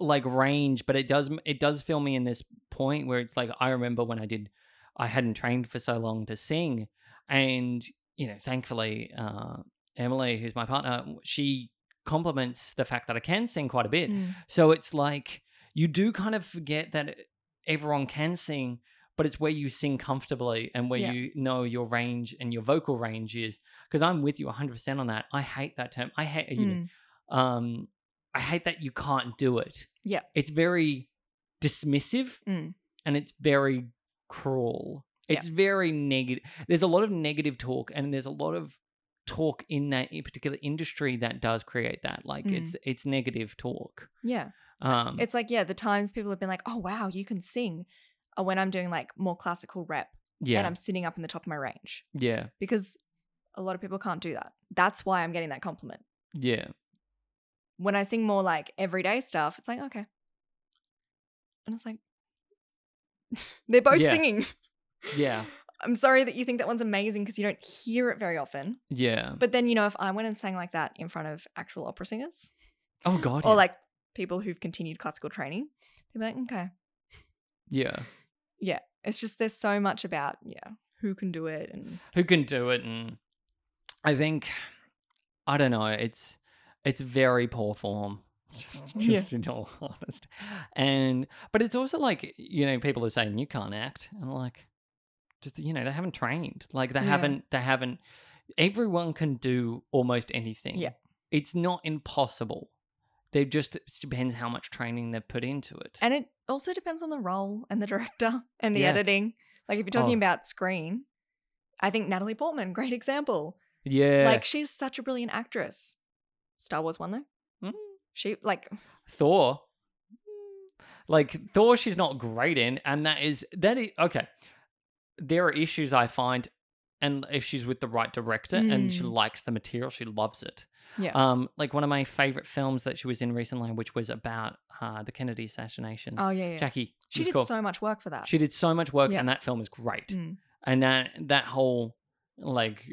like range, but it does it does fill me in this point where it's like I remember when I did I hadn't trained for so long to sing, and you know, thankfully, uh, Emily, who's my partner, she compliments the fact that I can sing quite a bit. Mm. So it's like you do kind of forget that e, everyone can sing, but it's where you sing comfortably and where Yeah. you know your range and your vocal range is. Because I'm with you 100% on that. I hate that term. I hate you know, Mm. um I hate that you can't do it. Yeah. It's very dismissive Mm. and it's very cruel. Yeah. It's very negative. There's a lot of negative talk and there's a lot of talk in that in particular industry that does create that. Like Mm. it's it's negative talk. Yeah. Um, It's like, yeah, the times people have been like, oh, wow, you can sing are when I'm doing like more classical rep yeah, and I'm sitting up in the top of my range yeah, because a lot of people can't do that. That's why I'm getting that compliment. yeah, When I sing more like everyday stuff, it's like, okay. And it's like, they're both Yeah. singing. yeah, I'm sorry that you think that one's amazing because you don't hear it very often. yeah. But then, you know, if I went and sang like that in front of actual opera singers Oh god, or yeah. like people who've continued classical training, they'd be like, okay. yeah. It's just there's so much about, yeah, who can do it and who can do it and i think i don't know it's it's very poor form just Yeah. just in all honest and but it's also like you know people are saying you can't act and like just you know they haven't trained like they Yeah. haven't they haven't everyone can do almost anything Yeah. it's not impossible they just it depends how much training they've put into it and it also depends on the role and the director and the Yeah. editing. Like if you're talking Oh. about screen, I think Natalie Portman, great example. yeah Like she's such a brilliant actress. Star Wars one though. Mm. She like Thor. Like Thor, she's not great in, and that is that is okay. There are issues I find, and if she's with the right director and she Mm. likes the material, she loves it. Yeah. Um, like one of my favorite films that she was in recently, which was about uh the Kennedy assassination. oh yeah, yeah. Jackie. it she was did called. so much work for that. She did so much work, Yeah. and that film is great. Mm. And that that whole like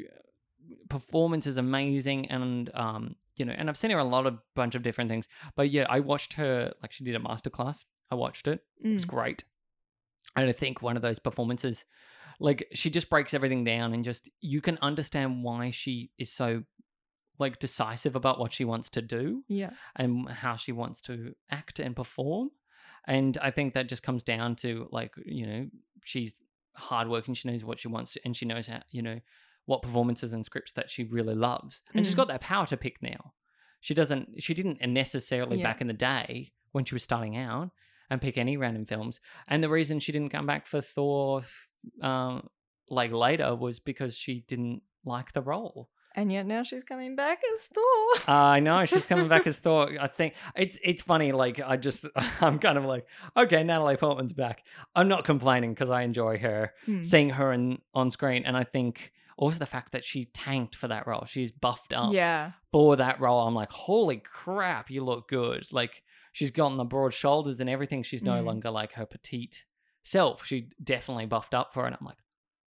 performance is amazing, and um, you know, and I've seen her in a lot of bunch of different things. But yeah, I watched her like she did a masterclass. I watched it. It was Mm. great. And I think one of those performances, like she just breaks everything down, and just you can understand why she is so like decisive about what she wants to do Yeah. and how she wants to act and perform. And I think that just comes down to like, you know, she's hardworking, she knows what she wants, and she knows how, you know, what performances and scripts that she really loves. And she's Mm. got that power to pick now. She doesn't, she didn't necessarily Yeah. back in the day when she was starting out and pick any random films. And the reason she didn't come back for Thor, um, like later was because she didn't like the role. And yet now she's coming back as Thor. I know Uh, she's coming back as Thor. I think it's it's funny. Like I just I'm kind of like okay, Natalie Portman's back. I'm not complaining because I enjoy her Mm. seeing her in, on screen, and I think also the fact that she tanked for that role. She's buffed up Yeah. for that role. I'm like, holy crap, you look good. Like she's gotten the broad shoulders and everything. She's no Mhm. longer like her petite self. She definitely buffed up for it. And I'm like,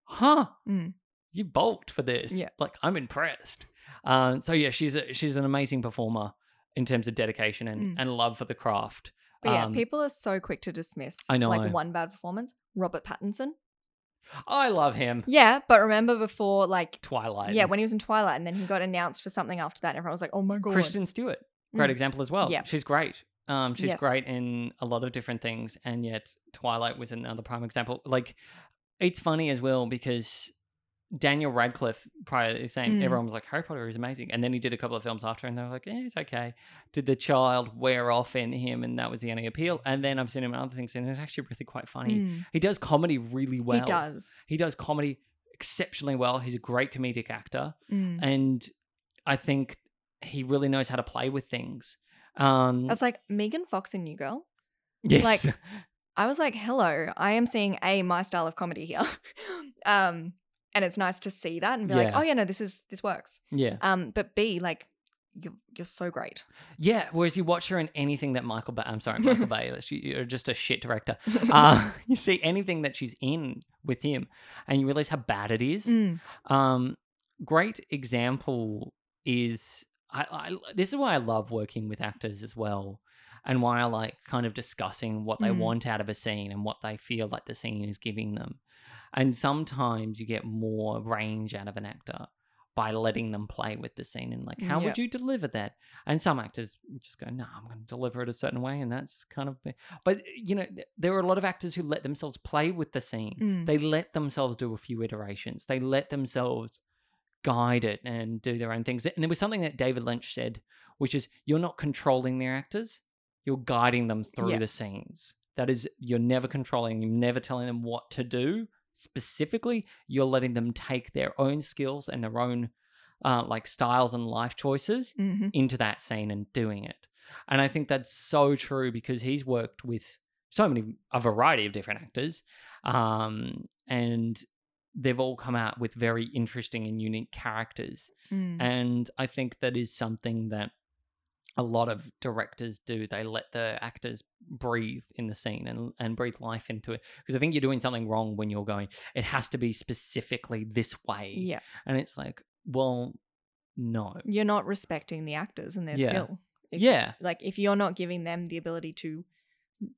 huh, Mm. you bulked for this. Yeah. Like I'm impressed. Um, so yeah, she's a, she's an amazing performer in terms of dedication Mm. and, and love for the craft. But yeah, Um, people are so quick to dismiss I know. like one bad performance. Robert Pattinson. I love him. Yeah, but remember before like Twilight. yeah, when he was in Twilight and then he got announced for something after that and everyone was like, "Oh my god." Kristen Stewart, great Mm. example as well. Yeah. She's great. Um, she's Yes. great in a lot of different things, and yet Twilight was another prime example. Like, it's funny as well because Daniel Radcliffe prior to the same, Mm. everyone was like, Harry Potter is amazing. And then he did a couple of films after, and they were like, yeah, it's okay. Did the child wear off in him, and that was the only appeal. And then I've seen him in other things, and it's actually really quite funny. Mm. He does comedy really well. He does. He does comedy exceptionally well. He's a great comedic actor Mm. and I think he really knows how to play with things. Um, That's like Megan Fox in New Girl. yes, like- I was like, "Hello, I am seeing a my style of comedy here." um and it's nice to see that and be like, Yeah. "Oh yeah, no, this is this works." yeah, Um but B like you're, you're so great. yeah. Whereas you watch her in anything that Michael, ba- I'm sorry, Michael Bay, that's- you- you're just a shit director. Uh, you see anything that she's in with him, and you realize how bad it is. Mm. Um, great example is I, I. This is why I love working with actors as well, and why I like kind of discussing what they Mm. want out of a scene and what they feel like the scene is giving them. And sometimes you get more range out of an actor by letting them play with the scene and like, how Yeah. would you deliver that? And some actors just go, no, I'm going to deliver it a certain way, and that's kind of. But you know, th- there are a lot of actors who let themselves play with the scene Mm. they let themselves do a few iterations they let themselves guide it and do their own things and there was something that david lynch said which is you're not controlling their actors you're guiding them through Yeah. the scenes that is you're never controlling you're never telling them what to do specifically you're letting them take their own skills and their own uh, like styles and life choices hmm into that scene and doing it. And I think that's so true because he's worked with so many, a variety of different actors, um, and they've all come out with very interesting and unique characters. Mm-hmm. mm. And I think that is something that a lot of directors do. They let the actors breathe in the scene and, and breathe life into it. Because I think you're doing something wrong when you're going, it has to be specifically this way. yeah, And it's like, well, no. you're not respecting the actors and their Yeah. skill. If- yeah. Like if you're not giving them the ability to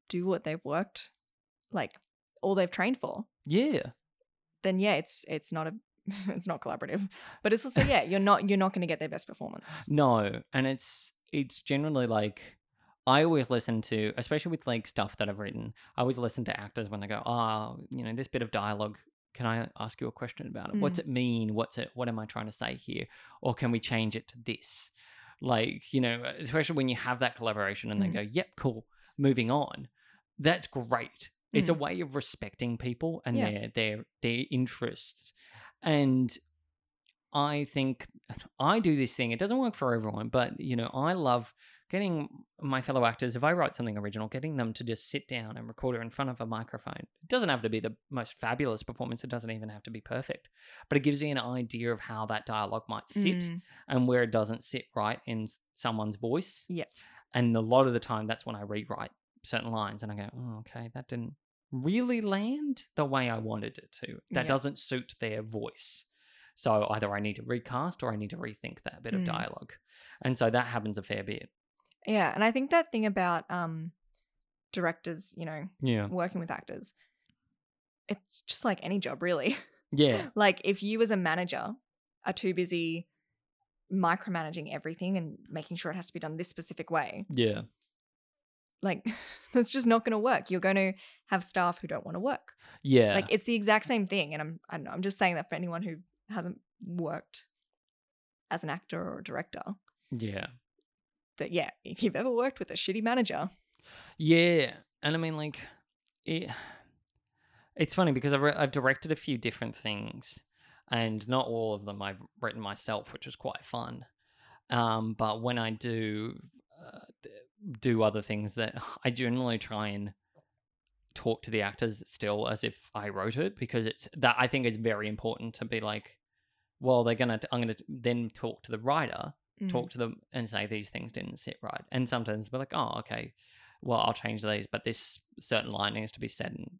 do what they've worked, like all they've trained for, Yeah. then yeah, it's it's not a it's not collaborative. But it's also yeah, you're not you're not going to get their best performance. No, and it's it's generally like I always listen to, especially with like stuff that I've written. I always listen to actors when they go, "Oh, you know, this bit of dialogue. Can I ask you a question about it? What's it mean? What's it? What am I trying to say here? Or can we change it to this? Like, you know, especially when you have that collaboration and they Mm. go, "Yep, cool, moving on." That's great. It's a way of respecting people and Yeah. their their their interests, and I think I do this thing. It doesn't work for everyone, but you know, I love getting my fellow actors. If I write something original, getting them to just sit down and record it in front of a microphone. It doesn't have to be the most fabulous performance. It doesn't even have to be perfect, but it gives you an idea of how that dialogue might sit Mm, and where it doesn't sit right in s- someone's voice. Yeah. And a lot of the time, that's when I rewrite certain lines and I go, oh, okay, that didn't really land the way I wanted it to. Yeah. That doesn't suit their voice. So either I need to recast or I need to rethink that bit of Mm. dialogue. And so that happens a fair bit. yeah, and I think that thing about um directors, you know, Yeah. working with actors, it's just like any job really. Yeah. like if you as a manager are too busy micromanaging everything and making sure it has to be done this specific way Yeah. like that's just not going to work you're going to have staff who don't want to work Yeah. like it's the exact same thing and i'm i don't know i'm just saying that for anyone who hasn't worked as an actor or a director yeah. that yeah if you've ever worked with a shitty manager Yeah, and I mean, like, it, it's funny because I've re- I've directed a few different things, and not all of them I've written myself, which is quite fun. Um, but when I do uh, d- do other things, that I generally try and talk to the actors still as if I wrote it because it's that I think it's very important to be like, well, they're gonna I'm gonna then talk to the writer Mm. talk to them and say these things didn't sit right. And sometimes we're like, oh, okay, well, I'll change these, but this certain line needs to be said and,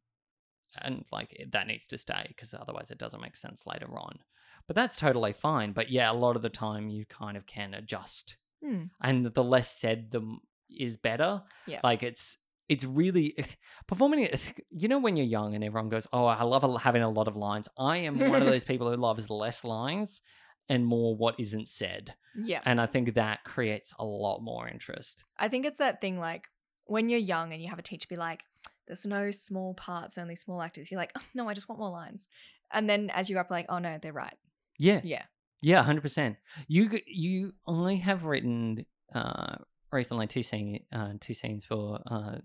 and like it- that needs to stay because otherwise it doesn't make sense later on. But that's totally fine. But yeah, a lot of the time you kind of can adjust Hmm. and the less said the m- is better. Yeah. Like it's it's really performing. it- You know when you're young and everyone goes, "Oh, I love a- having a lot of lines." I am one of those people who loves less lines and more what isn't said. mm, yeah And I think that creates a lot more interest. I think it's that thing like when you're young and you have a teacher be like, there's no small parts, only small actors. You're like, oh, no, I just want more lines. And then as you grow up, like, oh no, they're right. Yeah. Yeah. Yeah, 100%. You g- you I have written uh recently two scene uh two scenes for uh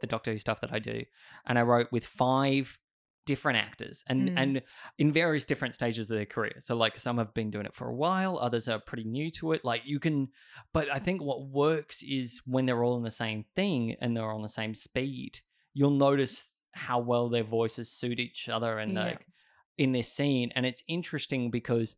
the Doctor Who stuff that I do and I wrote with five different actors and Mm. and in various different stages of their career. So like some have been doing it for a while, others are pretty new to it. Like you can but I think what works is when they're all in the same thing and they're on the same speed, you'll notice how well their voices suit each other and Yeah. like in this scene and it's interesting because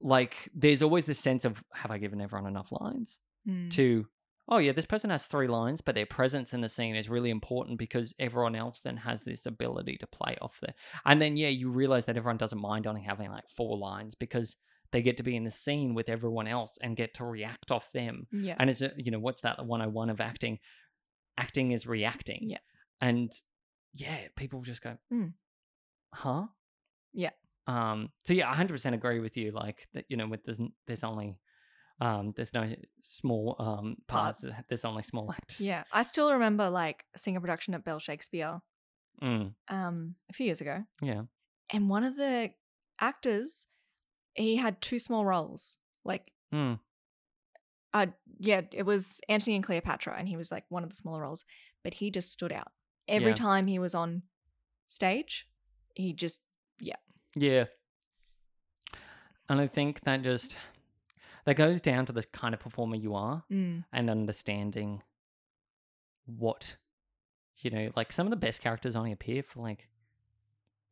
like there's always this sense of have i given everyone enough lines Hmm. to oh yeah this person has three lines but their presence in the scene is really important because everyone else then has this ability to play off there and then yeah you realize that everyone doesn't mind only having like four lines because they get to be in the scene with everyone else and get to react off them Mm. Yeah. and it's a, you know what's that 101 of acting acting is reacting Yeah. and yeah people just go Mm. huh Yeah. um so yeah 100% agree with you like that you know with the, there's only um there's no small um parts, Parts. there's only small actors yeah. I still remember like seeing a production at Bell Shakespeare mm, um, a few years ago. yeah And one of the actors, he had two small roles. Like, mm, uh, yeah, it was Antony and Cleopatra, and he was like one of the smaller roles, but he just stood out. Every Yeah. time he was on stage, he just yeah And I think that just that goes down to the kind of performer you are Mm. and understanding what you know, like some of the best characters only appear for like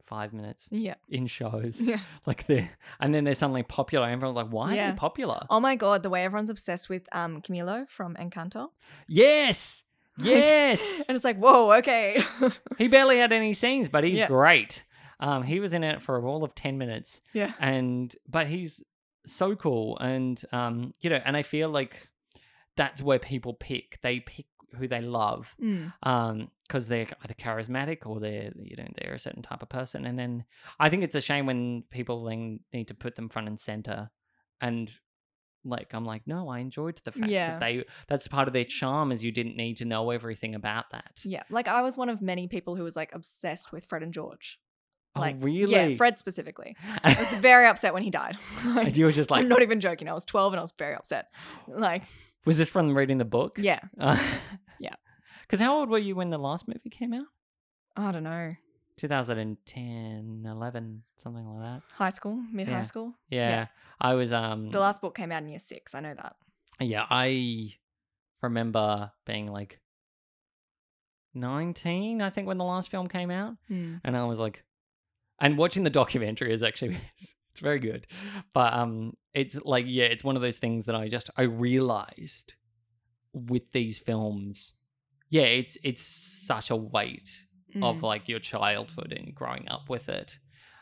five minutes Yeah. in shows. Yeah. Like they and then they're suddenly popular and everyone's like, Why are Yeah. they popular? Oh my god, the way everyone's obsessed with um Camilo from Encanto. Yes. Like- Yes. And it's like, whoa, okay. he barely had any scenes, but he's Yeah. great. Um, he was in it for all of ten minutes. yeah. and but he's so cool and um you know and i feel like that's where people pick they pick who they love Mm. um because they're either charismatic or they're you know they're a certain type of person and then i think it's a shame when people then need to put them front and center and like i'm like no i enjoyed the fact Yeah. that they that's part of their charm is you didn't need to know everything about that Yeah. Like I was one of many people who was like obsessed with Fred and George. Oh, Like really Yeah, Fred specifically. I was very upset when he died. Like, you were just like I'm not even joking. I was 12 and I was very upset. Like, was this from reading the book yeah, Yeah. Because how old were you when the last movie came out? I don't know. 2010, 11, something like that. High school, mid high Yeah. school. Yeah. I was um The last book came out in year six. I know that. yeah, I remember being like 19, I think when the last film came out, and I was like and watching the documentary is actually it's very good. But um it's like yeah, it's one of those things that I just I realized with these films. Yeah, it's it's such a weight Mm. of like your childhood and growing up with it.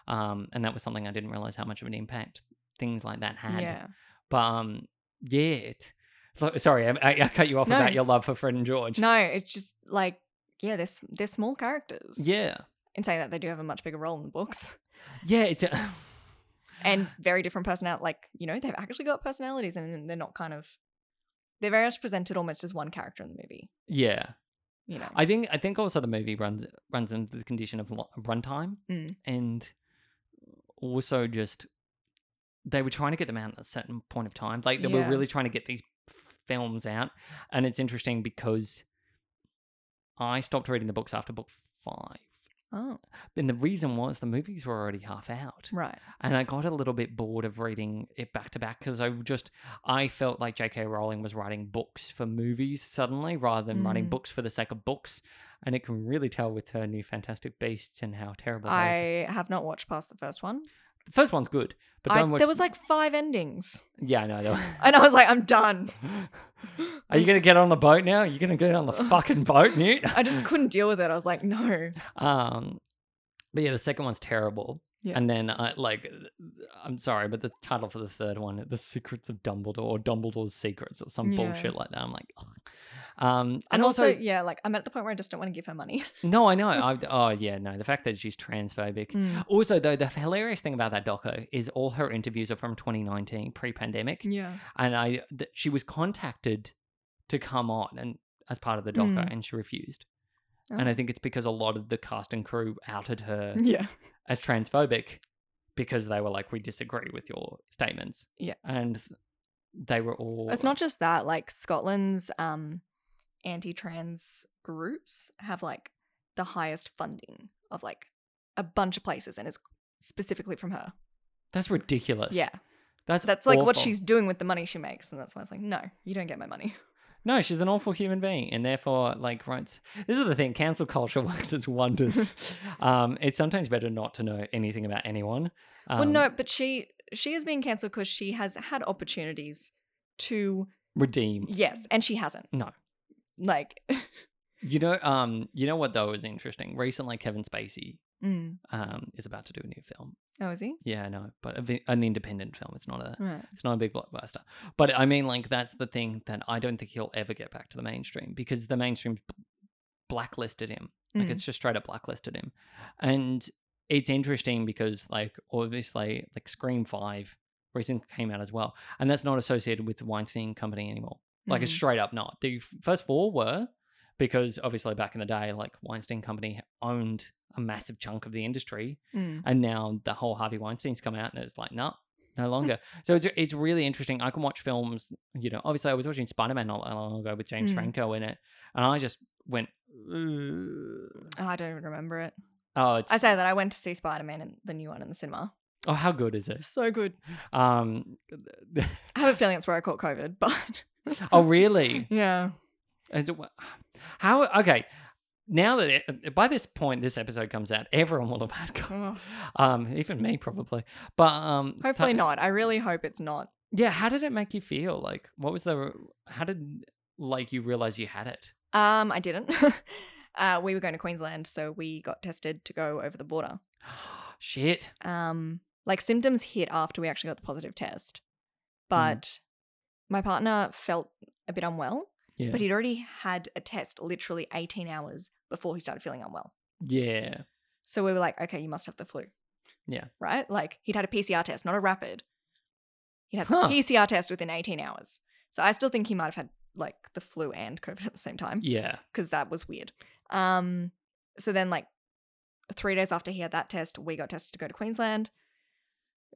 Um, and that was something I didn't realize how much of an impact things like that had. yeah. But um, yeah, it, so- sorry, um, I- I, I cut you off No. about your love for Fred and George. No, it's just like yeah, they're s- they're small characters. Yeah, In saying that, they do have a much bigger role in the books yeah, it's a, and very different personality. Like you know, they've actually got personalities, and they're not kind of they're very much presented almost as one character in the movie. yeah. You know. I think I think also the movie runs runs into the condition of lo- runtime Mm. and also just they were trying to get them out at a certain point of time. Like they were Yeah. really trying to get these films out, and it's interesting because I stopped reading the books after book five, oh, and the reason was the movies were already half out right. and I got a little bit bored of reading it back to back because I just I felt like J.K. Rowling was writing books for movies suddenly rather than writing Mm. books for the sake of books, and it can really tell with her new Fantastic Beasts and how terrible. those- I have not watched past the first one. the first one's good, but I, don't watch. there was like five endings, yeah, I know. there were- and I was like, I'm done. Are you gonna get on the boat now? You're gonna get on the fucking boat, Newt. I just couldn't deal with it. I was like, no. Um, but yeah, the second one's terrible. Yeah. And then I like, I'm sorry, but the title for the third one, The Secrets of Dumbledore or Dumbledore's Secrets or some Yeah. bullshit like that. I'm like, ugh. um, and, And, also, mm. also, yeah, like I'm at the point where I just don't want to give her money. no, I know. I, oh yeah, no, the fact that she's transphobic. Mm. Hmm. Also, though, the hilarious thing about that doco is all her interviews are from 2019, pre-pandemic, Yeah. and I th- she was contacted to come on and as part of the doco, Mm. and she refused. Oh. And I think it's because a lot of the cast and crew outed her Yeah. as transphobic because they were like, we disagree with your statements. Yeah. And they were all. It's not just that, like Scotland's um anti-trans groups have like the highest funding of like a bunch of places and it's specifically from her. That's ridiculous. Yeah. That's That's like what awful. she's doing with the money she makes and that's why it's like, no, you don't get my money. No, she's an awful human being and therefore, like, writes. This is the thing cancel culture works its wonders. um, it's sometimes better not to know anything about anyone. Um, well, no, but she she is being cancelled cuz she has had opportunities to Redeem. yes, and she hasn't. Mm. No. Like You know, um, you know what though is interesting. Recently, Kevin Spacey mm. um, is about to do a new film. Oh, is he? Yeah, I know, but a vi- an independent film. It's not a Right. It's not a big blockbuster. But I mean, like, that's the thing that I don't think he'll ever get back to the mainstream because the mainstream blacklisted him. Like, Mm. it's just straight up blacklisted him. And it's interesting because, like, obviously, like, Scream 5 recently came out as well. And that's not associated with the Weinstein Company anymore. Like, it's Mm. straight up not. The f- first four were because, obviously, back in the day, like, Weinstein Company owned a massive chunk of the industry. Mm. And now the whole Harvey Weinstein's come out, and it's like, no, no longer. so it's it's really interesting. I can watch films. You know, obviously, I was watching Spider Man not that long ago with James Mm. Franco in it, and I just went, "Ugh." Oh, I don't even remember it. oh, it's I say that I went to see Spider Man and the new one in the cinema. Oh, how good is it? So good. Um, I have a feeling that's where I caught COVID, but oh, really? yeah. And so wha- How? Okay. Now that it, uh, by this point this episode comes out, everyone will have had COVID. Ugh. Um, even me probably. But um, Mm. Hopefully not. not. I really hope it's not. Yeah, how did it make you feel? Like, what was the? How did like you realize you had it? Um, I didn't. uh, we were going to Queensland, so we got tested to go over the border. Shit. Um, like symptoms hit after we actually got the positive Mm. test, but my partner felt a bit unwell, Yeah. but he'd already had a test literally 18 hours before he started feeling unwell. yeah. So we were like, okay, you must have the flu. Yeah. Right? Like he'd had a PCR test, not a rapid. He'd had Huh. the PCR test within 18 hours. So I still think he might have had like the flu and COVID at the same time Yeah. because that was weird. Um, so then like three days after he had that test, we got tested to go to Queensland.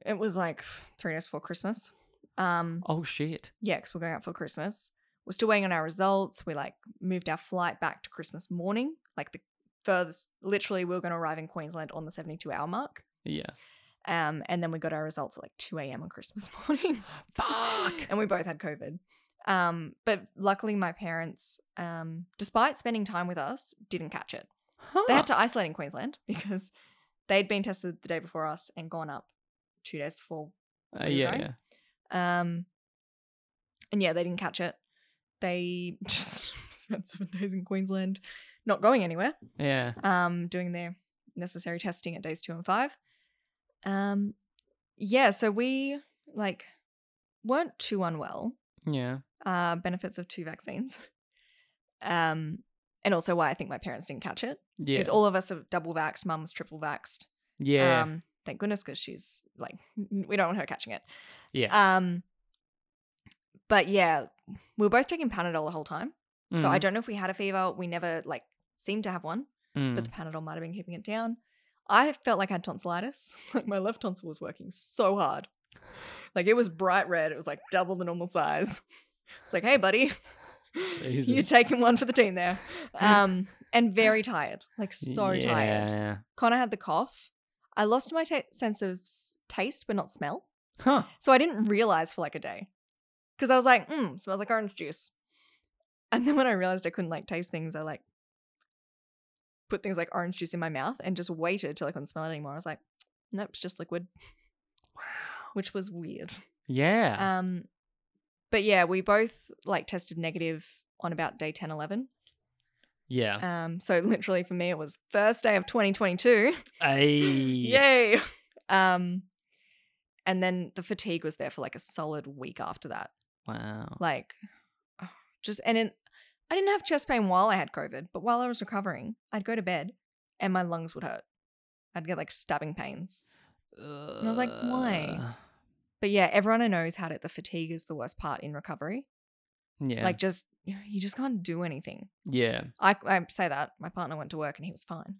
It was like three days before Christmas. Um, Oh shit. yeah, because we're going out for Christmas. We're still waiting on our results. We like moved our flight back to Christmas morning, like the furthest. Literally, we were going to arrive in Queensland on the seventy-two hour mark. Yeah. Um, and then we got our results at like two a.m. on Christmas morning. Fuck. and we both had COVID. Um, but luckily, my parents, um, despite spending time with us, didn't catch it. Huh. They had to isolate in Queensland because they'd been tested the day before us and gone up two days before. Uh, you yeah. right? yeah. Um, and yeah, they didn't catch it. They just spent seven days in Queensland, not going anywhere, Yeah. um, doing their necessary testing at days two and five. Um, yeah, so we like weren't too unwell. Yeah. Uh, benefits of two vaccines. Um, and also why I think my parents didn't catch it Yeah. because all of us are double vaxxed. Mum's triple vaxxed. yeah. Um, thank goodness because she's like, we don't want her catching it. yeah. Um, but yeah, we were both taking Panadol the whole time. So Mm-hmm. I don't know if we had a fever. We never like seemed to have one, Mm, but the Panadol might have been keeping it down. I felt like I had tonsillitis. Like my left tonsil was working so hard. Like it was bright red. It was like double the normal size. It's like, hey, buddy, you're Jesus. taking one for the team there. Um, and very tired. Like so tired. Yeah. Connor had the cough. I lost my ta sense of s- taste, but not smell. Huh. So I didn't realize for like a day because I was like, mm, smells like orange juice. And then when I realized I couldn't like taste things, I like put things like orange juice in my mouth and just waited till I couldn't smell it anymore. I was like, nope, it's just liquid, Wow. which was weird. Yeah. Um, but yeah, we both like tested negative on about day 10, 11. yeah. Um, so literally for me, it was first day of 2022. Ayy. Yay. Um, and then the fatigue was there for like a solid week after that. Wow. Like, just, and it, I didn't have chest pain while I had COVID, but while I was recovering, I'd go to bed and my lungs would hurt. I'd get like stabbing pains. I was like, why? But yeah, everyone I know has had it. The fatigue is the worst part in recovery. Yeah. Like, just, you just can't do anything. yeah. I, I say that my partner went to work and he was fine.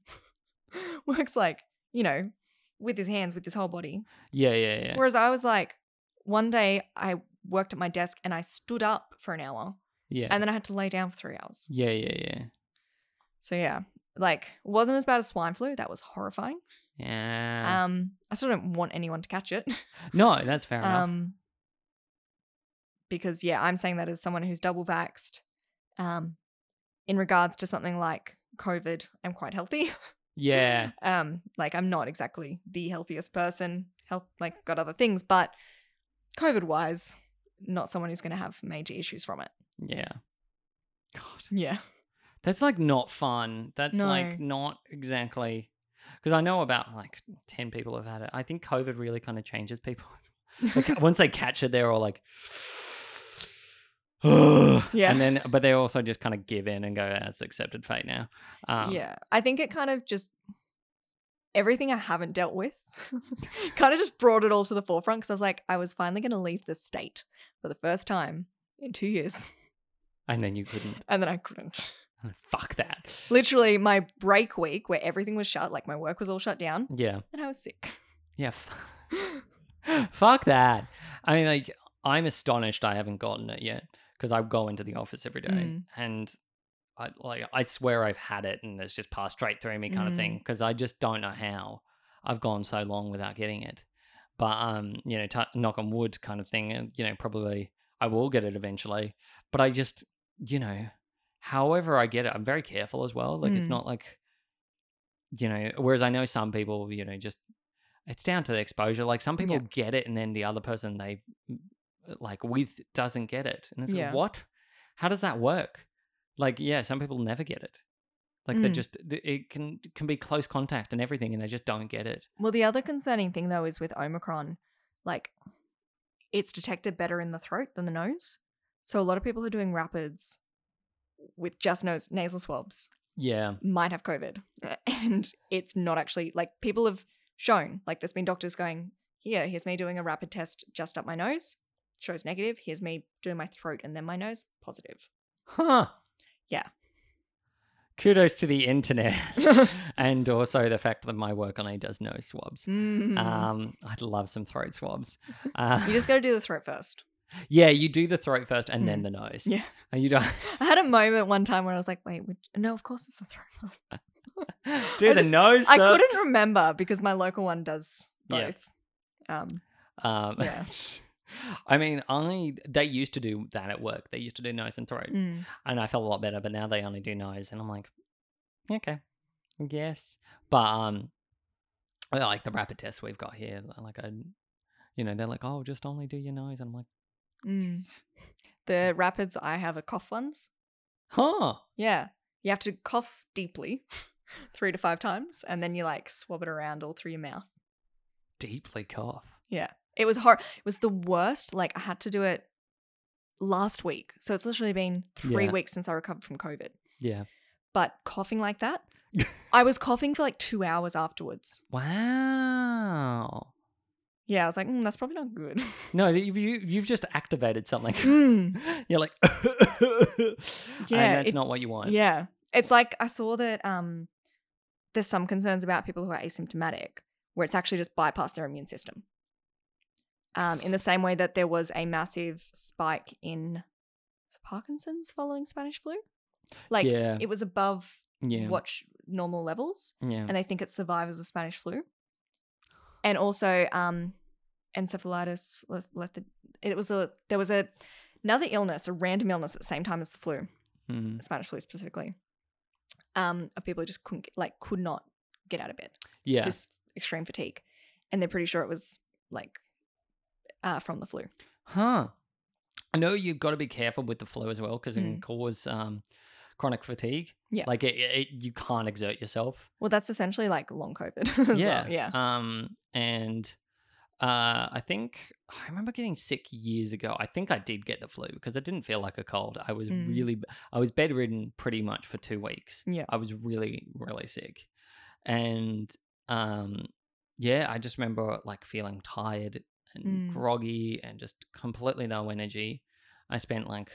Works like you know, with his hands, with his whole body. Yeah. Yeah. Yeah. Whereas I was like, one day I worked at my desk and I stood up for an hour Yeah. and then I had to lay down for three hours. yeah. Yeah. Yeah. So yeah, like wasn't as bad as swine flu. That was horrifying. Yeah. Um, I still don't want anyone to catch it. No, that's fair enough. Um, because yeah, I'm saying that as someone who's double vaxxed. Um, in regards to something like COVID, I'm quite healthy. Yeah, um like i'm not exactly the healthiest person health like got other things but covid wise not someone who's going to have major issues from it yeah. God, yeah that's like not fun. That's like No. not exactly because I know about like ten people have had it. I think COVID really kind of changes people. Like, once they catch it, they're all like, Yeah. and then but they also just kind of give in and go, "That's accepted fate now." Um, yeah i think it kind of just everything i haven't dealt with kind of just brought it all to the forefront because i was like i was finally going to leave the state for the first time in two years and then you couldn't. and then i couldn't Fuck that. literally my break week where everything was shut like my work was all shut down Yeah, and i was sick yeah. f- Fuck that. I mean, like, I'm astonished I haven't gotten it yet because I go into the office every day Mm. and I like I swear I've had it and it's just passed straight through me kind of Mm. thing because I just don't know how I've gone so long without getting it. But um, you know, t- knock on wood kind of thing. And you know, probably I will get it eventually. But I just, you know, however I get it, I'm very careful as well. Like it's Mm. not like, you know. Whereas I know some people, you know, just it's down to the exposure. Like some people Yeah. get it, and then the other person they like with doesn't get it, and it's Yeah. like what? How does that work? Like yeah, some people never get it. Like they Mm. just th- it can can be close contact and everything, and they just don't get it. Well, the other concerning thing though is with Omicron, like it's detected better in the throat than the nose. So a lot of people who are doing rapids with just nose nasal swabs Yeah, might have COVID. eh, And it's not actually like people have shown, like there's been doctors going, here, here's me doing a rapid test just up my nose, shows negative. Here's me doing my throat and then my nose, positive. huh? Yeah. Kudos to the internet, and also the fact that my work on A does no swabs. Mm. Um, I'd love some throat swabs. Uh, you just got to do the throat first. yeah, you do the throat first and then Mm. the nose. Yeah. and you don't I had a moment one time where I was like, wait, which, no, of course it's the throat first. do I the just- nose. I first. couldn't remember because my local one does Yeah. both. Um, Um, Yeah. I mean, I they used to do that at work. They used to do nose and throat, mm. and I felt a lot better. But now they only do nose, and I'm like, okay, yes. But um, I like the rapid test we've got here, like I, you know, they're like, oh, just only do your nose, and I'm like, mm. The rapids I have are cough ones. huh, Yeah. You have to cough deeply three to five times and then you like swab it around all through your mouth. deeply cough. Yeah. It was hor it was the worst. Like I had to do it last week. So it's literally been three Yeah. weeks since I recovered from COVID. Yeah. But coughing like that, I was coughing for like two hours afterwards. Wow. Yeah, I was like, mm, that's probably not good. No, you, you you've just activated something. Mm, You're like, Yeah, and that's it- not what you want. yeah. It's like I saw that um there's some concerns about people who are asymptomatic where it's actually just bypassed their immune system. Um, in the same way that there was a massive spike in was it Parkinson's following Spanish flu, like yeah, it was above yeah, Mm. what sh- normal levels, yeah. and they think it's survivors of Spanish flu, and also um, encephalitis. Let, it was the there was a another illness, a random illness at the same time as the flu, Mm. Spanish flu specifically, um, of people who just couldn't get, like could not get out of bed Yeah. this extreme fatigue, and they're pretty sure it was like uh, from the flu. huh. I know you've got to be careful with the flu as well because it can cause um, chronic fatigue. Yeah. Like it, it, it- you can't exert yourself. Well, that's essentially like long COVID. as yeah. well. yeah. Um, and uh, I think I remember getting sick years ago. I think I did get the flu because it didn't feel like a cold. I was Mm. really, I was bedridden pretty much for two weeks. Yeah. I was really, really sick. And um, yeah, I just remember like feeling tired and Mm. groggy and just completely no energy. I spent like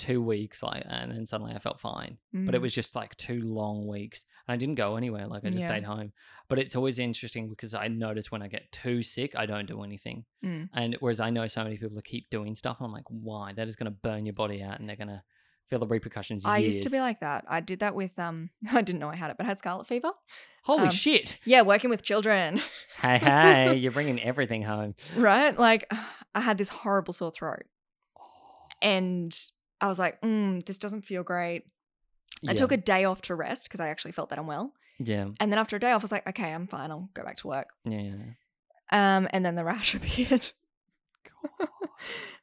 two weeks like and then suddenly I felt fine. But it Mm. was just like two long weeks. And I didn't go anywhere. Like I just Yeah. stayed home. But it's always interesting because I notice when I get too sick, I don't do anything. Mm. And whereas I know so many people that keep doing stuff, I'm like, why? That is gonna burn your body out and they're gonna feel the repercussions. I used to be years." like that. I did that with um. I didn't know I had it, but I had scarlet fever. Holy um, shit. Yeah, working with children, Hey, hey, you're bringing everything home. right? Like I had this horrible sore throat, and I was like, mm, "This doesn't feel great." I took a day off to rest because I actually felt that unwell. Yeah. And then after a day off, I was like, "Okay, I'm fine. I'll go back to work." Yeah. yeah. Um, and then the rash appeared. God,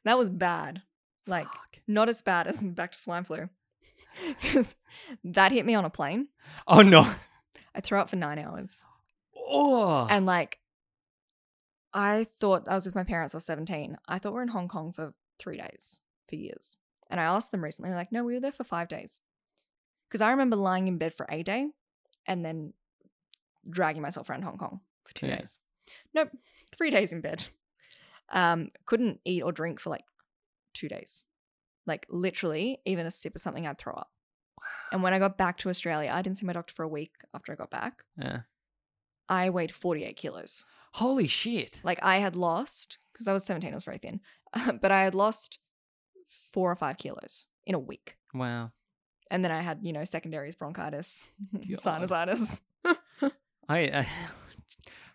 that was bad. Like fuck. not as bad as back to swine flu. 'Cause that hit me on a plane. Oh no. I threw up for nine hours. Oh. And like, I thought I was with my parents, I was 17. I thought we are in Hong Kong for three days, for years. And I asked them recently, like, no, we were there for five days. Because I remember lying in bed for a day and then dragging myself around Hong Kong for two Yeah. days. Nope, three days in bed. Um, couldn't eat or drink for like two days. Like literally, even a sip of something, I'd throw up. And when I got back to Australia, I didn't see my doctor for a week after I got back. Yeah. I weighed 48 kilos. Holy shit. Like I had lost because I was 17, I was very thin, but I had lost four or five kilos in a week, Wow. and then I had you know secondaries, bronchitis, God. sinusitis. I. I uh,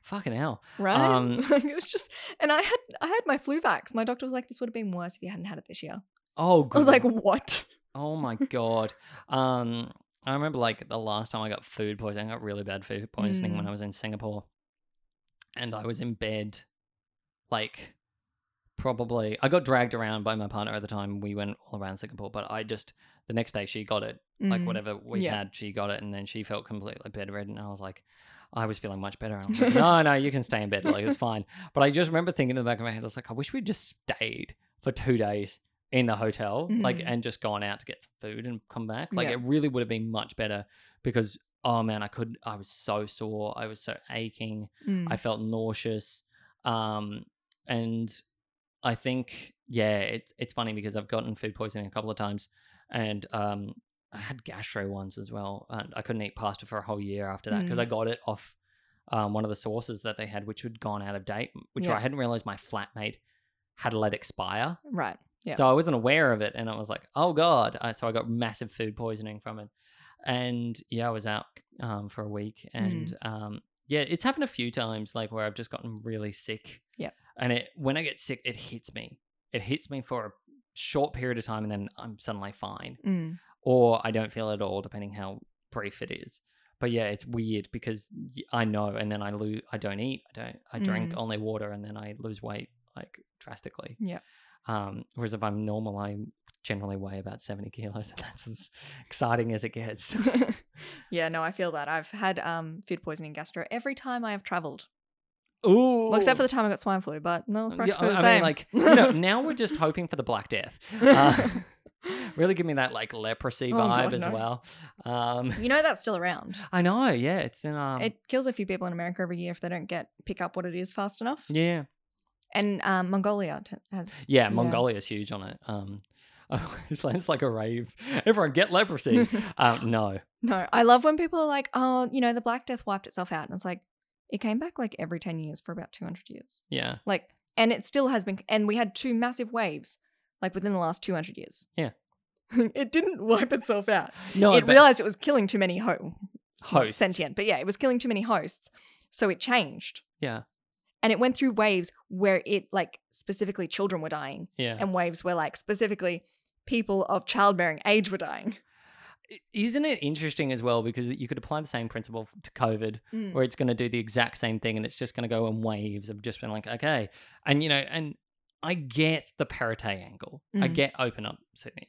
Fucking hell. right? Um, like it was just, and I had I had my flu vax. My doctor was like, "This would have been worse if you hadn't had it this year." Oh, I was good. like, "What?" Oh my god. Um, I remember like the last time I got food poisoning, I got really bad food poisoning when I was in Singapore, and I was in bed, like, probably I got dragged around by my partner at the time. We went all around Singapore, but I just the next day she got it, like Mm. whatever we yeah. had, she got it, and then she felt completely bedridden, and I was like. I was feeling much better. and I was like, no, no, you can stay in bed. Like, it's fine. But I just remember thinking in the back of my head, I was like, I wish we'd just stayed for two days in the hotel, like, Mhm. and just gone out to get some food and come back. Like, Yeah. it really would have been much better because, oh man, I could, I was so sore. I was so aching. Mm. I felt nauseous. Um, and I think, yeah, it's it's funny because I've gotten food poisoning a couple of times, and um, I had gastro once as well. And I couldn't eat pasta for a whole year after that because Mm. I got it off um, one of the sauces that they had, which had gone out of date, which Yeah. I hadn't realized my flatmate had let expire. right. Yeah. So I wasn't aware of it, and I was like, "Oh God!" I, so I got massive food poisoning from it, and yeah, I was out um, for a week, and Mm. um, yeah, it's happened a few times, like where I've just gotten really sick. Yep. and it when I get sick, it hits me. It hits me for a short period of time, and then I'm suddenly fine, Mm. or I don't feel at all, depending how brief it is. But yeah, it's weird because y- I know, and then I lose. I don't eat. I don't. I drink Mm. only water, and then I lose weight like drastically. Yep. Um, whereas if I'm normal, I generally weigh about 70 kilos, and that's as exciting as it gets. yeah, no, I feel that. I've had um, food poisoning gastro every time I have traveled, Ooh. well, except for the time I got swine flu, but that was Oh. Yeah, practically I, the I same. mean, like, you know, now we're just hoping for the Black Death. Uh, really give me that, like, leprosy Oh, vibe God, as no. well. Um, you know, that's still around. I know, yeah, it's in, um, it kills a few people in America every year if they don't get pick up what it is fast enough. yeah. And um, Mongolia t- has. Yeah, Yeah. Mongolia's huge on it. Um, it sounds like a rave. Everyone get leprosy. um, no. no, I love when people are like, "Oh, you know, the Black Death wiped itself out," and it's like it came back like every ten years for about two hundred years. Yeah. Like, and it still has been. And we had two massive waves, like within the last two hundred years. Yeah. it didn't wipe itself out. No, it but- realized it was killing too many ho- it's not Hosts. sentient, but yeah, it was killing too many hosts, so it changed. Yeah. And it went through waves where it like specifically children were dying, Yeah. and waves where like specifically people of childbearing age were dying. I- Isn't it interesting as well? Because you could apply the same principle f- to COVID, Mm. where it's going to do the exact same thing and it's just going to go in waves of just been like okay and you know and i get the parate angle i Mhm. get open up sydney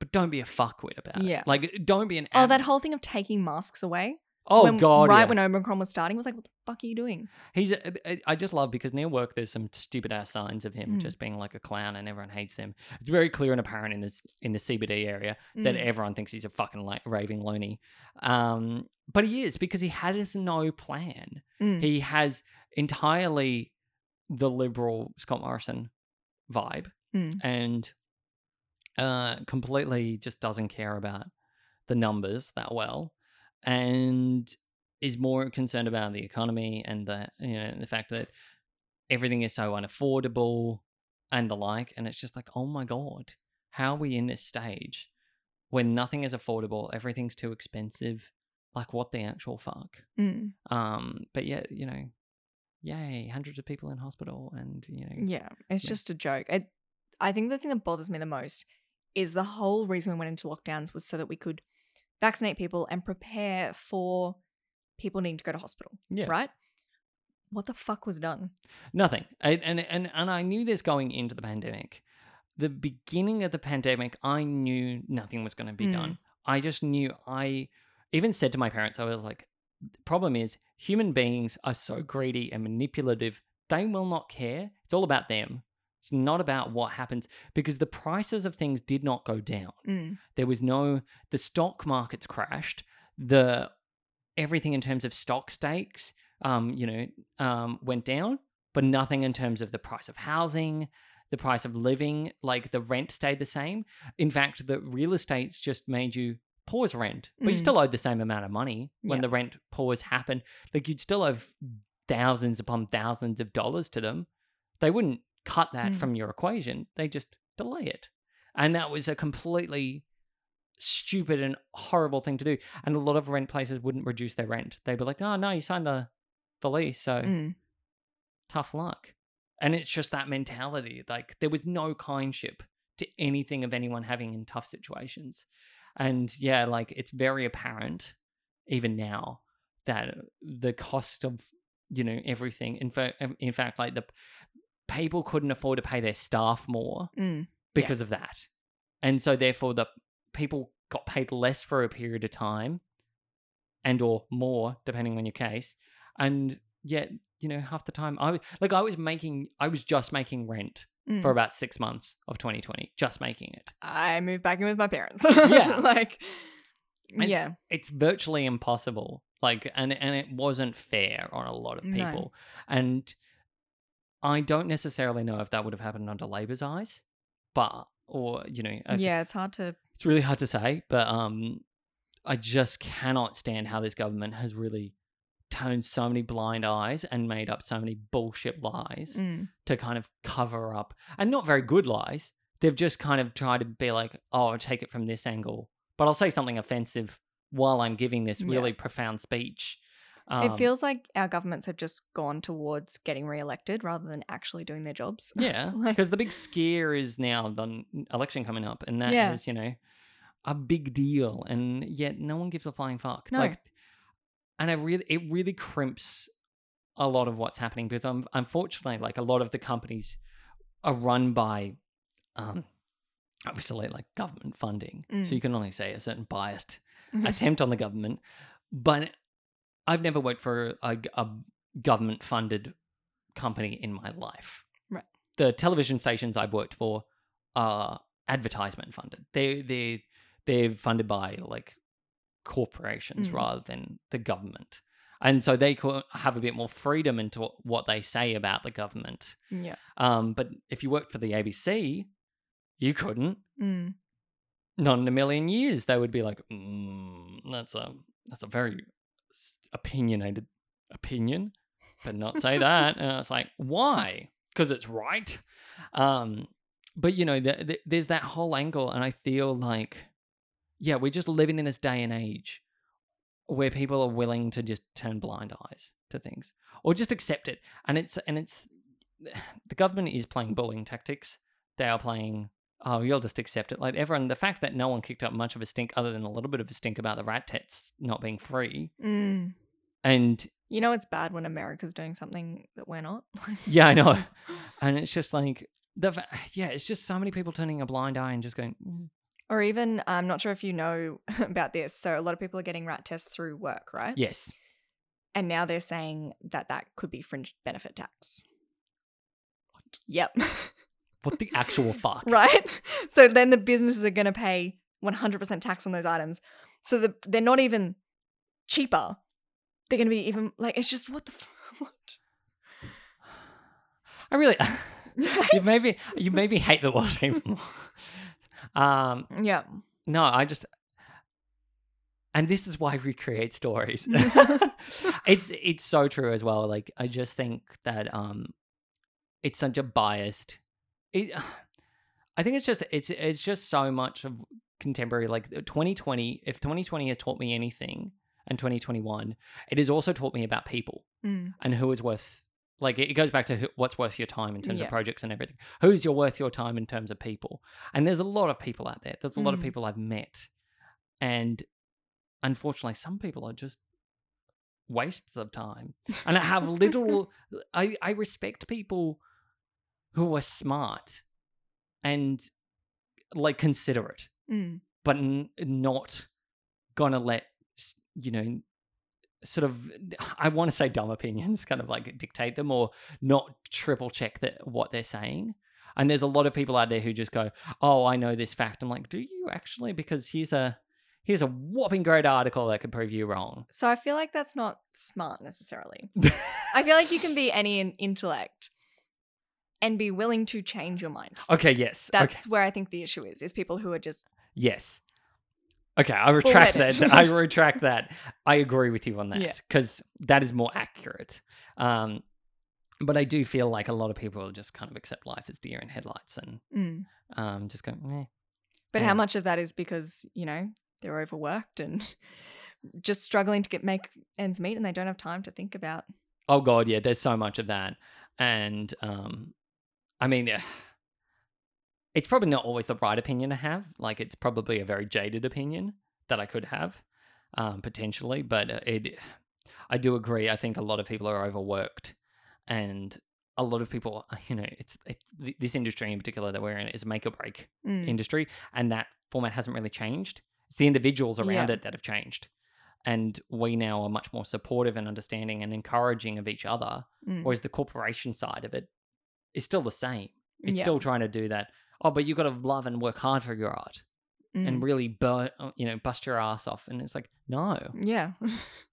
but don't be a fuckwit about Yeah. it like don't be an Oh, ab- that whole thing of taking masks away. oh when- god Right yeah. when Omicron was starting, I was like, what the fuck are you doing? He's. a- I- I just love because near work there's some stupid ass signs of him Mm. just being like a clown and everyone hates him. It's very clear and apparent in this in the CBD area that Mm. everyone thinks he's a fucking like raving loony. Um, but he is because he has no plan. Mm. He has entirely the liberal Scott Morrison vibe Mm. and uh, completely just doesn't care about the numbers that well and is more concerned about the economy and the you know the fact that everything is so unaffordable and the like and it's just like oh my god how are we in this stage when nothing is affordable everything's too expensive like what the actual fuck Mm. um but yet you know yay hundreds of people in hospital and you know Yeah, it's Yeah. just a joke. I, I think the thing that bothers me the most is the whole reason we went into lockdowns was so that we could vaccinate people and prepare for people needing to go to hospital, yeah right? What the fuck was done? Nothing. And, and and and I knew this going into the pandemic. The beginning of the pandemic, I knew nothing was going to be Mm. done. I just knew I even said to my parents, I was like, the problem is human beings are so greedy and manipulative. They will not care. It's all about them. It's not about what happens because the prices of things did not go down. Mm. There was no the stock markets crashed. The everything in terms of stock stakes, um, you know, um, went down, but nothing in terms of the price of housing, the price of living. Like the rent stayed the same. In fact, the real estates just made you pause rent, but you Mm. still owed the same amount of money when Yeah. the rent pause happened. Like you'd still owe thousands upon thousands of dollars to them. They wouldn't cut that Mm. from your equation. They just delay it. And that was a completely stupid and horrible thing to do. And a lot of rent places wouldn't reduce their rent. They'd be like, oh, no, you signed the the least. So Mm. tough luck. And it's just that mentality. Like there was no kindship to anything of anyone having in tough situations. And yeah, like it's very apparent even now that the cost of you know everything in, fa- in fact like the people couldn't afford to pay their staff more Mm. because of that. And so therefore the people got paid less for a period of time and or more depending on your case. And yet, you know, half the time I was like I was making I was just making rent Mm. for about 6 months of 2020, just making it. I moved back in with my parents. Yeah. like, It's, yeah. it's virtually impossible. Like, and and it wasn't fair on a lot of No. people. And I don't necessarily know if that would have happened under Labor's eyes, but or you know, I- Yeah, it's hard to. it's really hard to say. But um, I just cannot stand how this government has really turned so many blind eyes and made up so many bullshit lies Mm. to kind of cover up and not very good lies. They've just kind of tried to be like, oh, I'll take it from this angle, but I'll say something offensive while I'm giving this Yeah. really profound speech. Um, it feels like our governments have just gone towards getting re-elected rather than actually doing their jobs. yeah, like- because the big scare is now the n- election coming up, and that is Yeah. you know a big deal, and yet no one gives a flying fuck. No. Like, and I really, it really crimps a lot of what's happening because um, unfortunately, like a lot of the companies are run by um, obviously like government funding, Mm. so you can only say a certain biased attempt on the government. But I've never worked for a, government funded company in my life. Right. The television stations I've worked for are advertisement funded. They they they're funded by like corporations Mm. rather than the government. And so they co- have a bit more freedom into what they say about the government. yeah. Um, but if you worked for the ABC, you couldn't Mm. not in a million years they would be like mm, that's a that's a very s- opinionated opinion but not say that and it's like why because it's right um but you know th- th- there's that whole angle and i feel like yeah we're just living in this day and age where people are willing to just turn blind eyes to things or just accept it and it's and it's the government is playing bullying tactics they are playing oh, you'll just accept it. Like everyone, the fact that no one kicked up much of a stink other than a little bit of a stink about the rat tats not being free. Mm. And You know it's bad when America's doing something that we're not. yeah, I know. And it's just like, the fa- yeah, it's just so many people turning a blind eye and just going, "Mm." Or even, I'm not sure if you know about this. So a lot of people are getting rat tests through work, right? yes. And now they're saying that that could be fringe benefit tax. Yep. What the actual fuck? right? So then the businesses are going to pay 100% tax on those items. So the, they're not even cheaper. They're going to be even like, it's just what the f- what? I really, you maybe, you maybe hate the world even more. Um, Yeah. no, I just, and this is why we create stories. it's it's so true as well. Like I just think that um, it's such a biased. It, I think it's just it's it's just so much of contemporary like 2020. If 2020 has taught me anything, and 2021, it has also taught me about people Mm. and who is worth like it it goes back to who, what's worth your time in terms Yeah. of projects and everything who's your worth your time in terms of people and there's a lot of people out there there's a lot of Mm. people i've met and unfortunately some people are just wastes of time and i have little i i respect people who are smart and like considerate Mm. but n- not gonna let s- you know sort of i want to say dumb opinions kind of like dictate them or not triple check that what they're saying and there's a lot of people out there who just go oh i know this fact i'm like do you actually because here's a here's a whopping great article that could prove you wrong So I feel like that's not smart necessarily. I feel like you can be any in intellect and be willing to change your mind. okay yes okay. That's where I think the issue is, is people who are just, Yes. Okay, I retract Bullheaded. that. I retract that. I agree with you on Yeah. that because that is more accurate. Um, but I do feel like a lot of people just kind of accept life as deer in headlights and Mm. um, just go, eh. but Yeah. how much of that is because, you know, they're overworked and just struggling to get make ends meet and they don't have time to think about Oh god, yeah, there's so much of that. And um I mean it's probably not always the right opinion to have. Like it's probably a very jaded opinion that I could have um potentially, but it I do agree. I think a lot of people are overworked and a lot of people, uh, you know, it's, it's th- this industry in particular that we're in is a make or break Mm. industry and that format hasn't really changed. It's the individuals around Yeah. it that have changed. And we now are much more supportive and understanding and encouraging of each other, Mm. whereas the corporation side of it is still the same. It's Yeah. still trying to do that. Oh, but you got to love and work hard for your art and Mm. really, bur- uh, you know, bust your ass off. And it's like, no, yeah,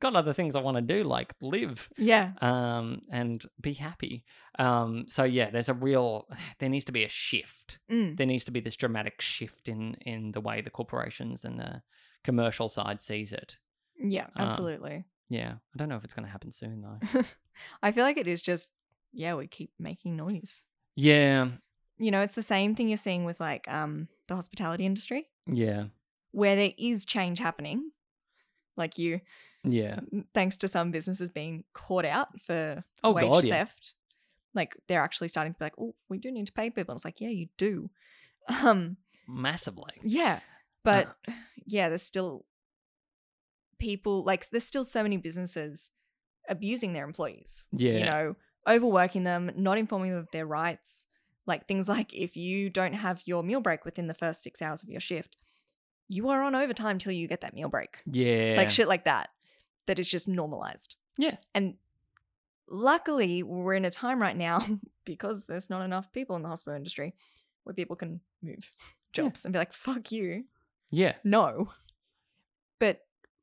got other things I want to do, like live yeah, um, and be happy. Um, so yeah, there's a real there needs to be a shift. mm. There needs to be this dramatic shift in in the way the corporations and the commercial side sees it. yeah, Uh, absolutely. Yeah, I don't know if it's going to happen soon though. I feel like it is just yeah, we keep making noise. yeah, You know, it's the same thing you're seeing with like um the hospitality industry yeah, where there is change happening. Like you, yeah. thanks to some businesses being caught out for Oh wage god, yeah. theft. Like they're actually starting to be like, oh, we do need to pay people. And it's like, yeah, you do. Um, massively. yeah, but Uh. yeah, there's still people like there's still so many businesses abusing their employees. Yeah, You know, overworking them, not informing them of their rights. Like things like if you don't have your meal break within the first six hours of your shift, you are on overtime till you get that meal break yeah, like shit like that that is just normalized Yeah. and luckily we're in a time right now because there's not enough people in the hospital industry where people can move jobs and be like fuck you yeah. no but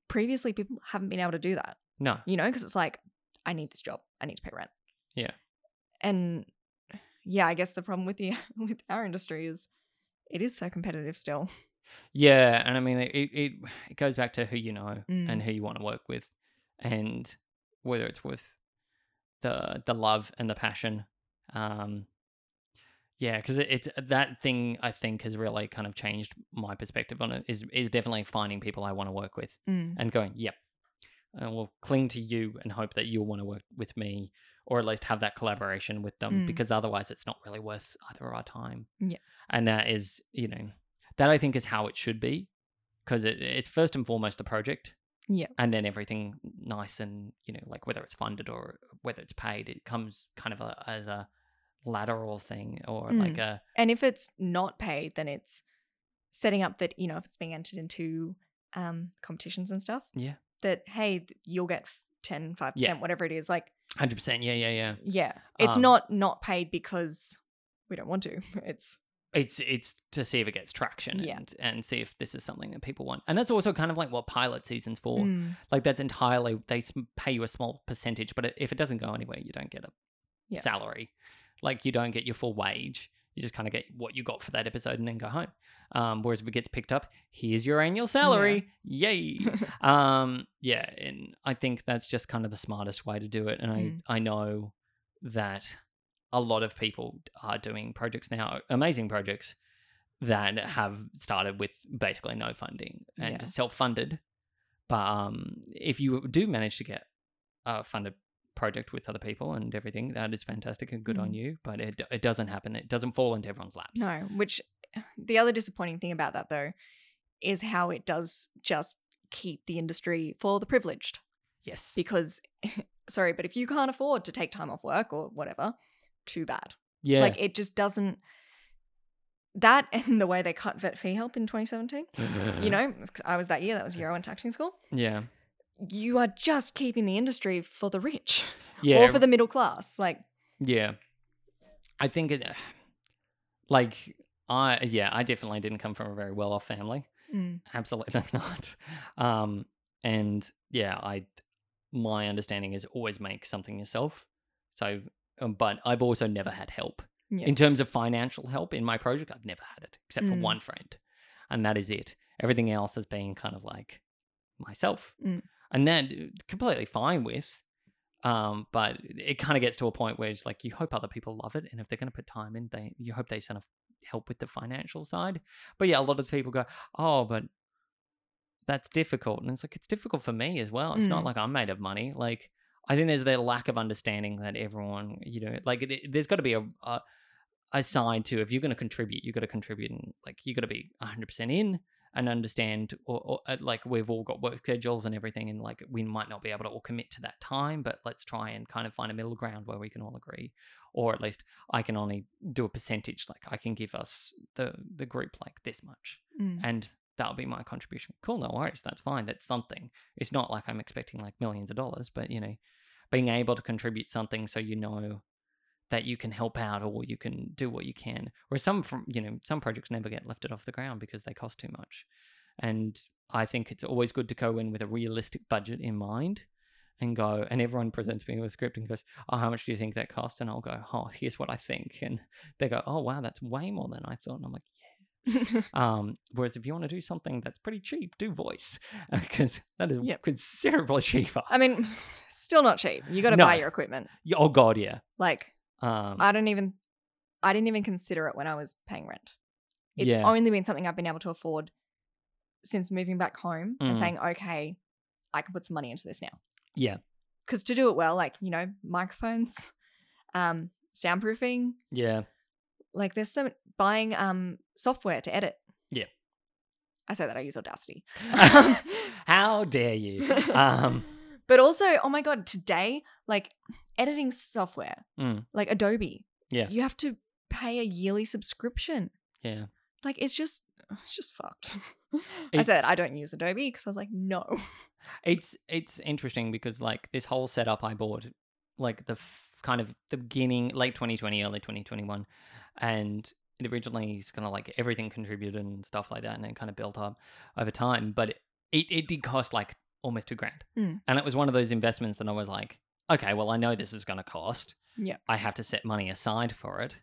previously people haven't been able to do that No, you know because it's like i need this job i need to pay rent Yeah. and yeah i guess the problem with the with our industry is it is so competitive still Yeah, and I mean it it, it goes back to who you know Mm. and who you want to work with and whether it's with the the love and the passion. Um yeah, because it, it's that thing I think has really kind of changed my perspective on it. Is is definitely finding people I want to work with Mm. and going, yep, I will cling to you and hope that you'll want to work with me or at least have that collaboration with them Mm. because otherwise it's not really worth either of our time. Yeah. And that is, you know, that I think is how it should be because it, it's first and foremost the project. Yeah. And then everything nice and, you know, like whether it's funded or whether it's paid, it comes kind of a, as a lateral thing or Mm. like a, And if it's not paid, then it's setting up that, you know, if it's being entered into um, competitions and stuff, yeah, that, hey, th- you'll get f- 10, 5%, Yeah. whatever it is. Like, 100%. Yeah, yeah, yeah. yeah, it's Um, not not paid because we don't want to. It's, it's it's to see if it gets traction Yeah. and and see if this is something that people want and that's also kind of like what pilot seasons for Mm, like that's entirely they s- pay you a small percentage but if it doesn't go anywhere you don't get a Yeah. salary like you don't get your full wage you just kind of get what you got for that episode and then go home um, whereas if it gets picked up here's your annual salary yay um, yeah and i think that's just kind of the smartest way to do it and i Mm. i know that a lot of people are doing projects now amazing projects that have started with basically no funding and Yeah. self-funded but um, if you do manage to get a funded project with other people and everything, that is fantastic and good on Mhm. you. But it it doesn't happen. It doesn't fall into everyone's laps. no, which the other disappointing thing about that, though, is how it does just keep the industry for the privileged. Yes. Because, sorry, but if you can't afford to take time off work or whatever, too bad. Yeah. Like it just doesn't. That and the way they cut vet fee help in 2017, Uh-huh. you know, 'cause I was that year, that was the year I went to acting school. Yeah. You are just keeping the industry for the rich Yeah. or for the middle class. Like, Yeah. I think it, like I yeah, I definitely didn't come from a very well-off family. mm, Absolutely not. Um and yeah, I my understanding is always make something yourself. So um, but I've also never had help. yeah. In terms of financial help in my project, I've never had it except for Mm. one friend, and that is it. Everything else has been kind of like myself, Mm. and then completely fine with. Um, but it kind of gets to a point where it's like you hope other people love it, and if they're going to put time in, they you hope they sort of help with the financial side. But yeah, a lot of people go, "Oh, but that's difficult," and it's like it's difficult for me as well. It's not Mm. like I'm made of money. Like I think there's the lack of understanding that everyone, you know, like it, there's got to be a, a a sign to if you're going to contribute, you got to contribute and like you got to be 100% in and understand or, or uh, like we've all got work schedules and everything and like we might not be able to all commit to that time but let's try and kind of find a middle ground where we can all agree or at least i can only do a percentage like i can give us the the group like this much Mm. and that'll be my contribution. Cool, no worries, that's fine. That's something. It's not like I'm expecting like millions of dollars, but you know, being able to contribute something so you know that you can help out or you can do what you can. Whereas some from you know, some projects never get lifted off the ground because they cost too much. And I think it's always good to go in with a realistic budget in mind and go and everyone presents me with a script and goes, Oh, how much do you think that costs? And I'll go, Oh, here's what I think and they go, Oh wow, that's way more than I thought and I'm like, Yeah. Um, whereas if you want to do something that's pretty cheap, do voice because that is Yep. considerably cheaper. I mean, still not cheap. You got to No. buy your equipment. Yeah, oh god, yeah. Like Um, I don't even, I didn't even consider it when I was paying rent. It's yeah, only been something I've been able to afford since moving back home and Mm. saying, okay, I can put some money into this now. yeah, Because to do it well, like you know, microphones, um, soundproofing, yeah, like there's some buying um software to edit. Yeah. I say that I use Audacity. How dare you? Um, but also, oh my god, today, like editing software, Mm. like Adobe. Yeah. You have to pay a yearly subscription. yeah, Like it's just it's just fucked. I It's- said I don't use Adobe because I was like, no. it's it's interesting because like this whole setup I bought, like the f- kind of the beginning, late 2020, early 2021, and it originally is kind of like everything contributed and stuff like that, and it kind of built up over time, but it it, it did cost like almost two grand, Mm. and it was one of those investments that I was like, okay, well I know this is going to cost, Yeah. I have to set money aside for it,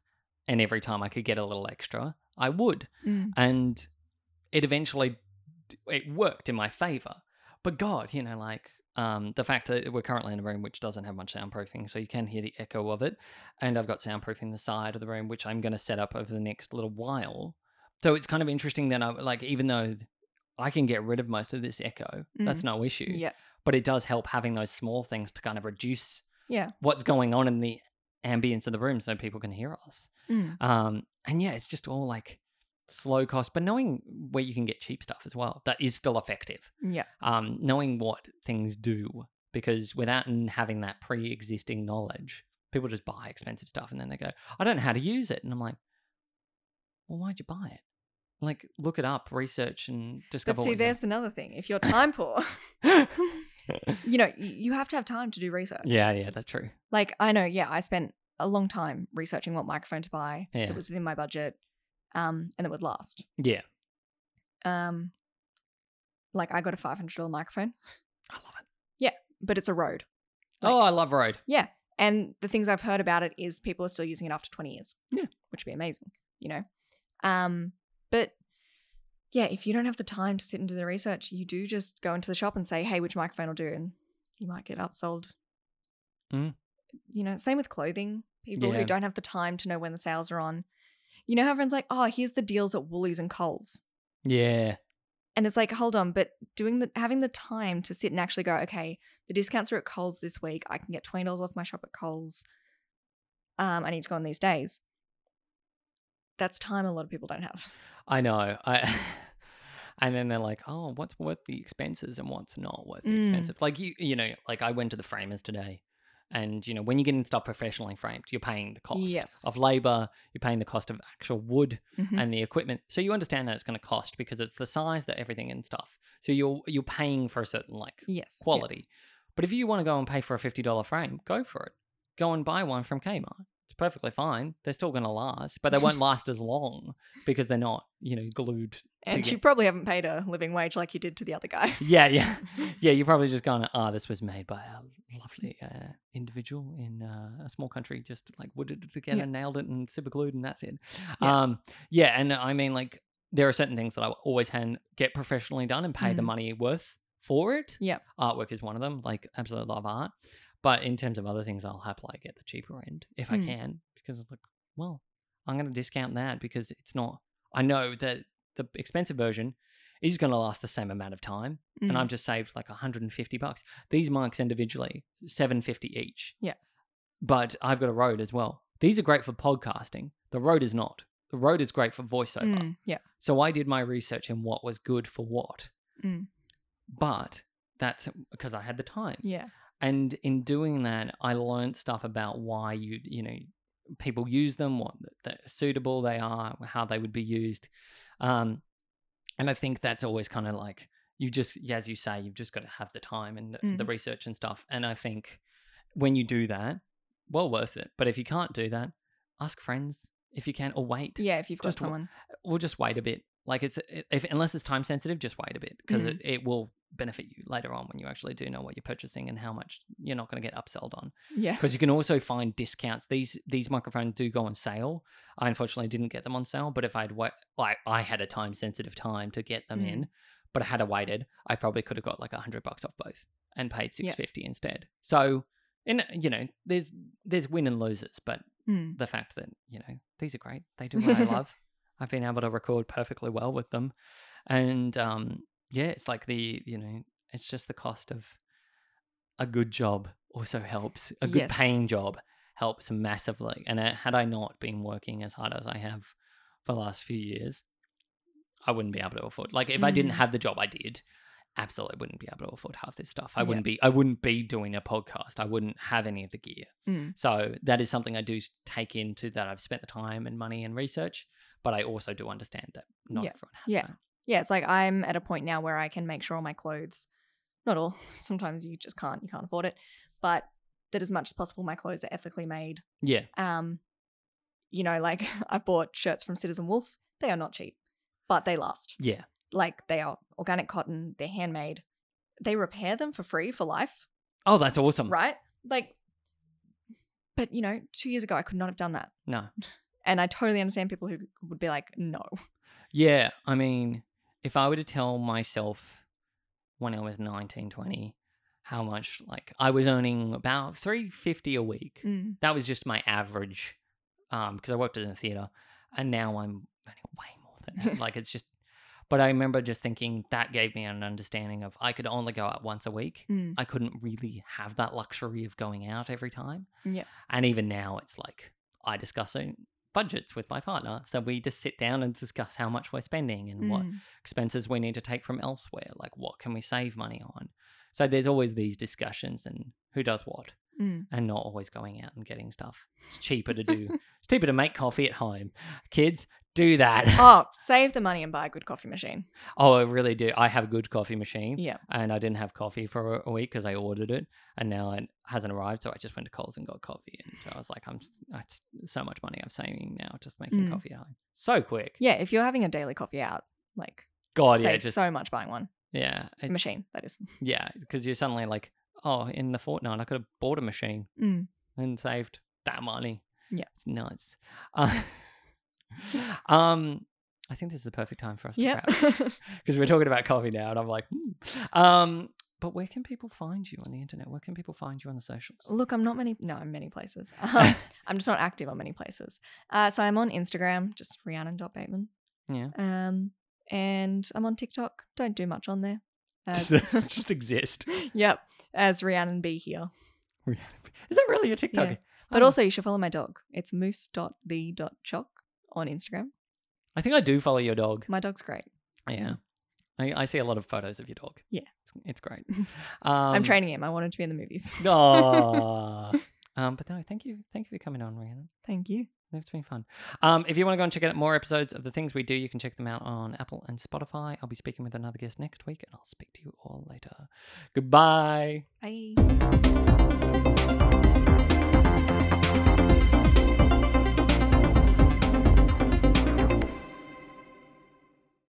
and every time I could get a little extra, I would Mm, and it eventually it worked in my favor but god you know like um, the fact that we're currently in a room which doesn't have much soundproofing so you can hear the echo of it and i've got soundproofing the side of the room which i'm going to set up over the next little while so it's kind of interesting that i like even though i can get rid of most of this echo that's no issue Mm-hmm. Yeah. but it does help having those small things to kind of reduce Yeah. what's going on in the ambience of the room so people can hear us Mm. um, and yeah, it's just all like slow cost, but knowing where you can get cheap stuff as well that is still effective. Yeah. Um, knowing what things do because without n- having that pre-existing knowledge, people just buy expensive stuff and then they go, "I don't know how to use it," and I'm like, "Well, why'd you buy it?" Like, look it up, research, and discover. But see, what you- there's another thing. If you're time poor, you know, y- you have to have time to do research. yeah, yeah, that's true. Like I know, yeah, I spent a long time researching what microphone to buy Yeah. that was within my budget, um, and that would last. Yeah, Um, like I got a five hundred dollar microphone, I love it. but it's a Rode, Like- Oh, I love Rode. and the things I've heard about it is people are still using it after twenty years. Yeah. which would be amazing, you know. Um, but yeah, if you don't have the time to sit and do the research, you do just go into the shop and say, "Hey, which microphone will do?" and you might get upsold. Mm. You know, same with clothing. People Yeah. who don't have the time to know when the sales are on. You know how everyone's like, "Oh, here's the deals at Woolies and Coles." Yeah, And it's like, hold on, but doing the having the time to sit and actually go, okay, the discounts are at Coles this week. I can get twenty dollars off my shop at Coles. Um, I need to go on these days. That's time a lot of people don't have. I know. I and then they're like, "Oh, what's worth the expenses and what's not worth the Mm. expenses?" Like you, you know, like I went to the framers today, and you know, when you're getting stuff professionally framed, you're paying the cost Yes. of labor, you're paying the cost of actual wood Mhm. and the equipment, so you understand that it's going to cost because it's the size that everything and stuff. So you're you're paying for a certain like yes, yeah. quality. But if you want to go and pay for a fifty dollar frame, go for it. Go and buy one from Kmart. It's perfectly fine. They're still going to last, but they won't last as long because they're not, you know, glued. And to you get- probably haven't paid a living wage like you did to the other guy. Yeah, yeah, yeah. You're probably just going, ah, this was made by a lovely uh, individual in uh, a small country, just like wooded it together, Yeah. nailed it, and super glued, and that's it. Yeah. Um, yeah, and I mean, like, there are certain things that I will always hand get professionally done and pay the Mhm. money worth for it. Yep. artwork is one of them. Like, absolutely love art, but in terms of other things, I'll happily get the cheaper end if I Mm. can because it's like, well, I'm going to discount that because it's not. I know that the expensive version is going to last the same amount of time, Mm. and I've just saved like 150 bucks. These marks individually, 750 each. Yeah. But I've got a road as well. These are great for podcasting. The road is not. The road is great for voiceover. Mm, yeah. So I did my research in what was good for what. Mm. But that's because I had the time. Yeah. And in doing that, I learned stuff about why you, you know, people use them, what that suitable they are, how they would be used. Um, and I think that's always kind of like you just, yeah, as you say, you've just got to have the time and the- the Mm. research and stuff. And I think when you do that, well worth it. But if you can't do that, ask friends if you can, or wait Yeah. If you've got Just wa- someone. we'll just wait a bit. Like it's if unless it's time sensitive, just wait a bit because it, Mm-hmm. it will benefit you later on when you actually do know what you're purchasing and how much you're not going to get upsold on. Yeah. Because you can also find discounts. These these microphones do go on sale. I unfortunately didn't get them on sale, but if I'd wait, like I had a time sensitive time to get them Mm. in, but had I waited, I probably could have got like a hundred bucks off both and paid Yeah. six fifty instead. So, and you know, there's there's win and losers, but Mm. the fact that you know these are great they do what i love i've been able to record perfectly well with them and um yeah it's like the you know it's just the cost of a good job also helps a good Yes. paying job helps massively and uh, had i not been working as hard as i have for the last few years i wouldn't be able to afford like if i didn't Mm. have the job i did absolutely wouldn't be able to afford half this stuff i Yeah. wouldn't be i wouldn't be doing a podcast i wouldn't have any of the gear Mm. so that is something I do s- take into that I've spent the time and money and research, but I also do understand that not Yeah. everyone has Yeah. that. Yeah. It's like I'm at a point now where I can make sure all my clothes, not all, sometimes you just can't, you can't afford it, but that as much as possible, my clothes are ethically made. Yeah. Um, you know, like I bought shirts from Citizen Wolf. They are not cheap, but they last. Yeah. Like they are organic cotton, they're handmade. They repair them for free for life, Oh, that's awesome. right? Like, but you know, two years ago, I could not have done that. No. And I totally understand people who would be like, no. Yeah. I mean, if I were to tell myself when I was 19, 20, how much like I was earning about 350 a week. Mm. That was just my average um because I worked in a theater and now I'm earning way more than that. like it's just but I remember just thinking that gave me an understanding of I could only go out once a week. Mm. I couldn't really have that luxury of going out every time. Yeah. And even now, it's like I discuss uh, budgets with my partner. So we just sit down and discuss how much we're spending and what Mm. expenses we need to take from elsewhere. Like, what can we save money on? So there's always these discussions and who does what Mm. and not always going out and getting stuff. It's cheaper to do, it's cheaper to make coffee at home. Kids, do that. Oh, save the money and buy a good coffee machine. oh, I really do. I have a good coffee machine Yeah. and I didn't have coffee for a- a week because I ordered it, and now it hasn't arrived. So I just went to Coles and got coffee, and I was like, "I'm s- that's so much money I'm saving now just making Mm. coffee at home. So quick, Yeah. If you're having a daily coffee out, like, God, save yeah, just so much buying one. yeah, it's- machine, that is. yeah, because you're suddenly like, oh, in the fortnight I could have bought a machine Mm. and saved that money. Yeah. it's nuts. Uh, um, I think this is the perfect time for us Yeah. to wrap because we're talking about coffee now, and I'm like, hmm. um. But where can people find you on the internet? Where can people find you on the socials? Look, I'm not many, no, I'm many places. Um, I'm just not active on many places. Uh, so I'm on Instagram, just Rhiannon.Bateman. Yeah. Um, and I'm on TikTok. Don't do much on there. Just, As, just exist. yep. As Rhiannon B here. Is that really a TikTok? Yeah. But Oh. also, you should follow my dog. It's moose.the.chock on Instagram. I think I do follow your dog. My dog's great. Yeah. I, I see a lot of photos of your dog. Yeah. It's, it's great. I'm Um, I'm training him. I want him to be in the movies. Aw. um, but no, thank you. Thank you for coming on, Rhiannon. Thank you. That's been fun. Um, if you want to go and check out more episodes of the things we do, you can check them out on Apple and Spotify. I'll be speaking with another guest next week, and I'll speak to you all later. Goodbye. Bye.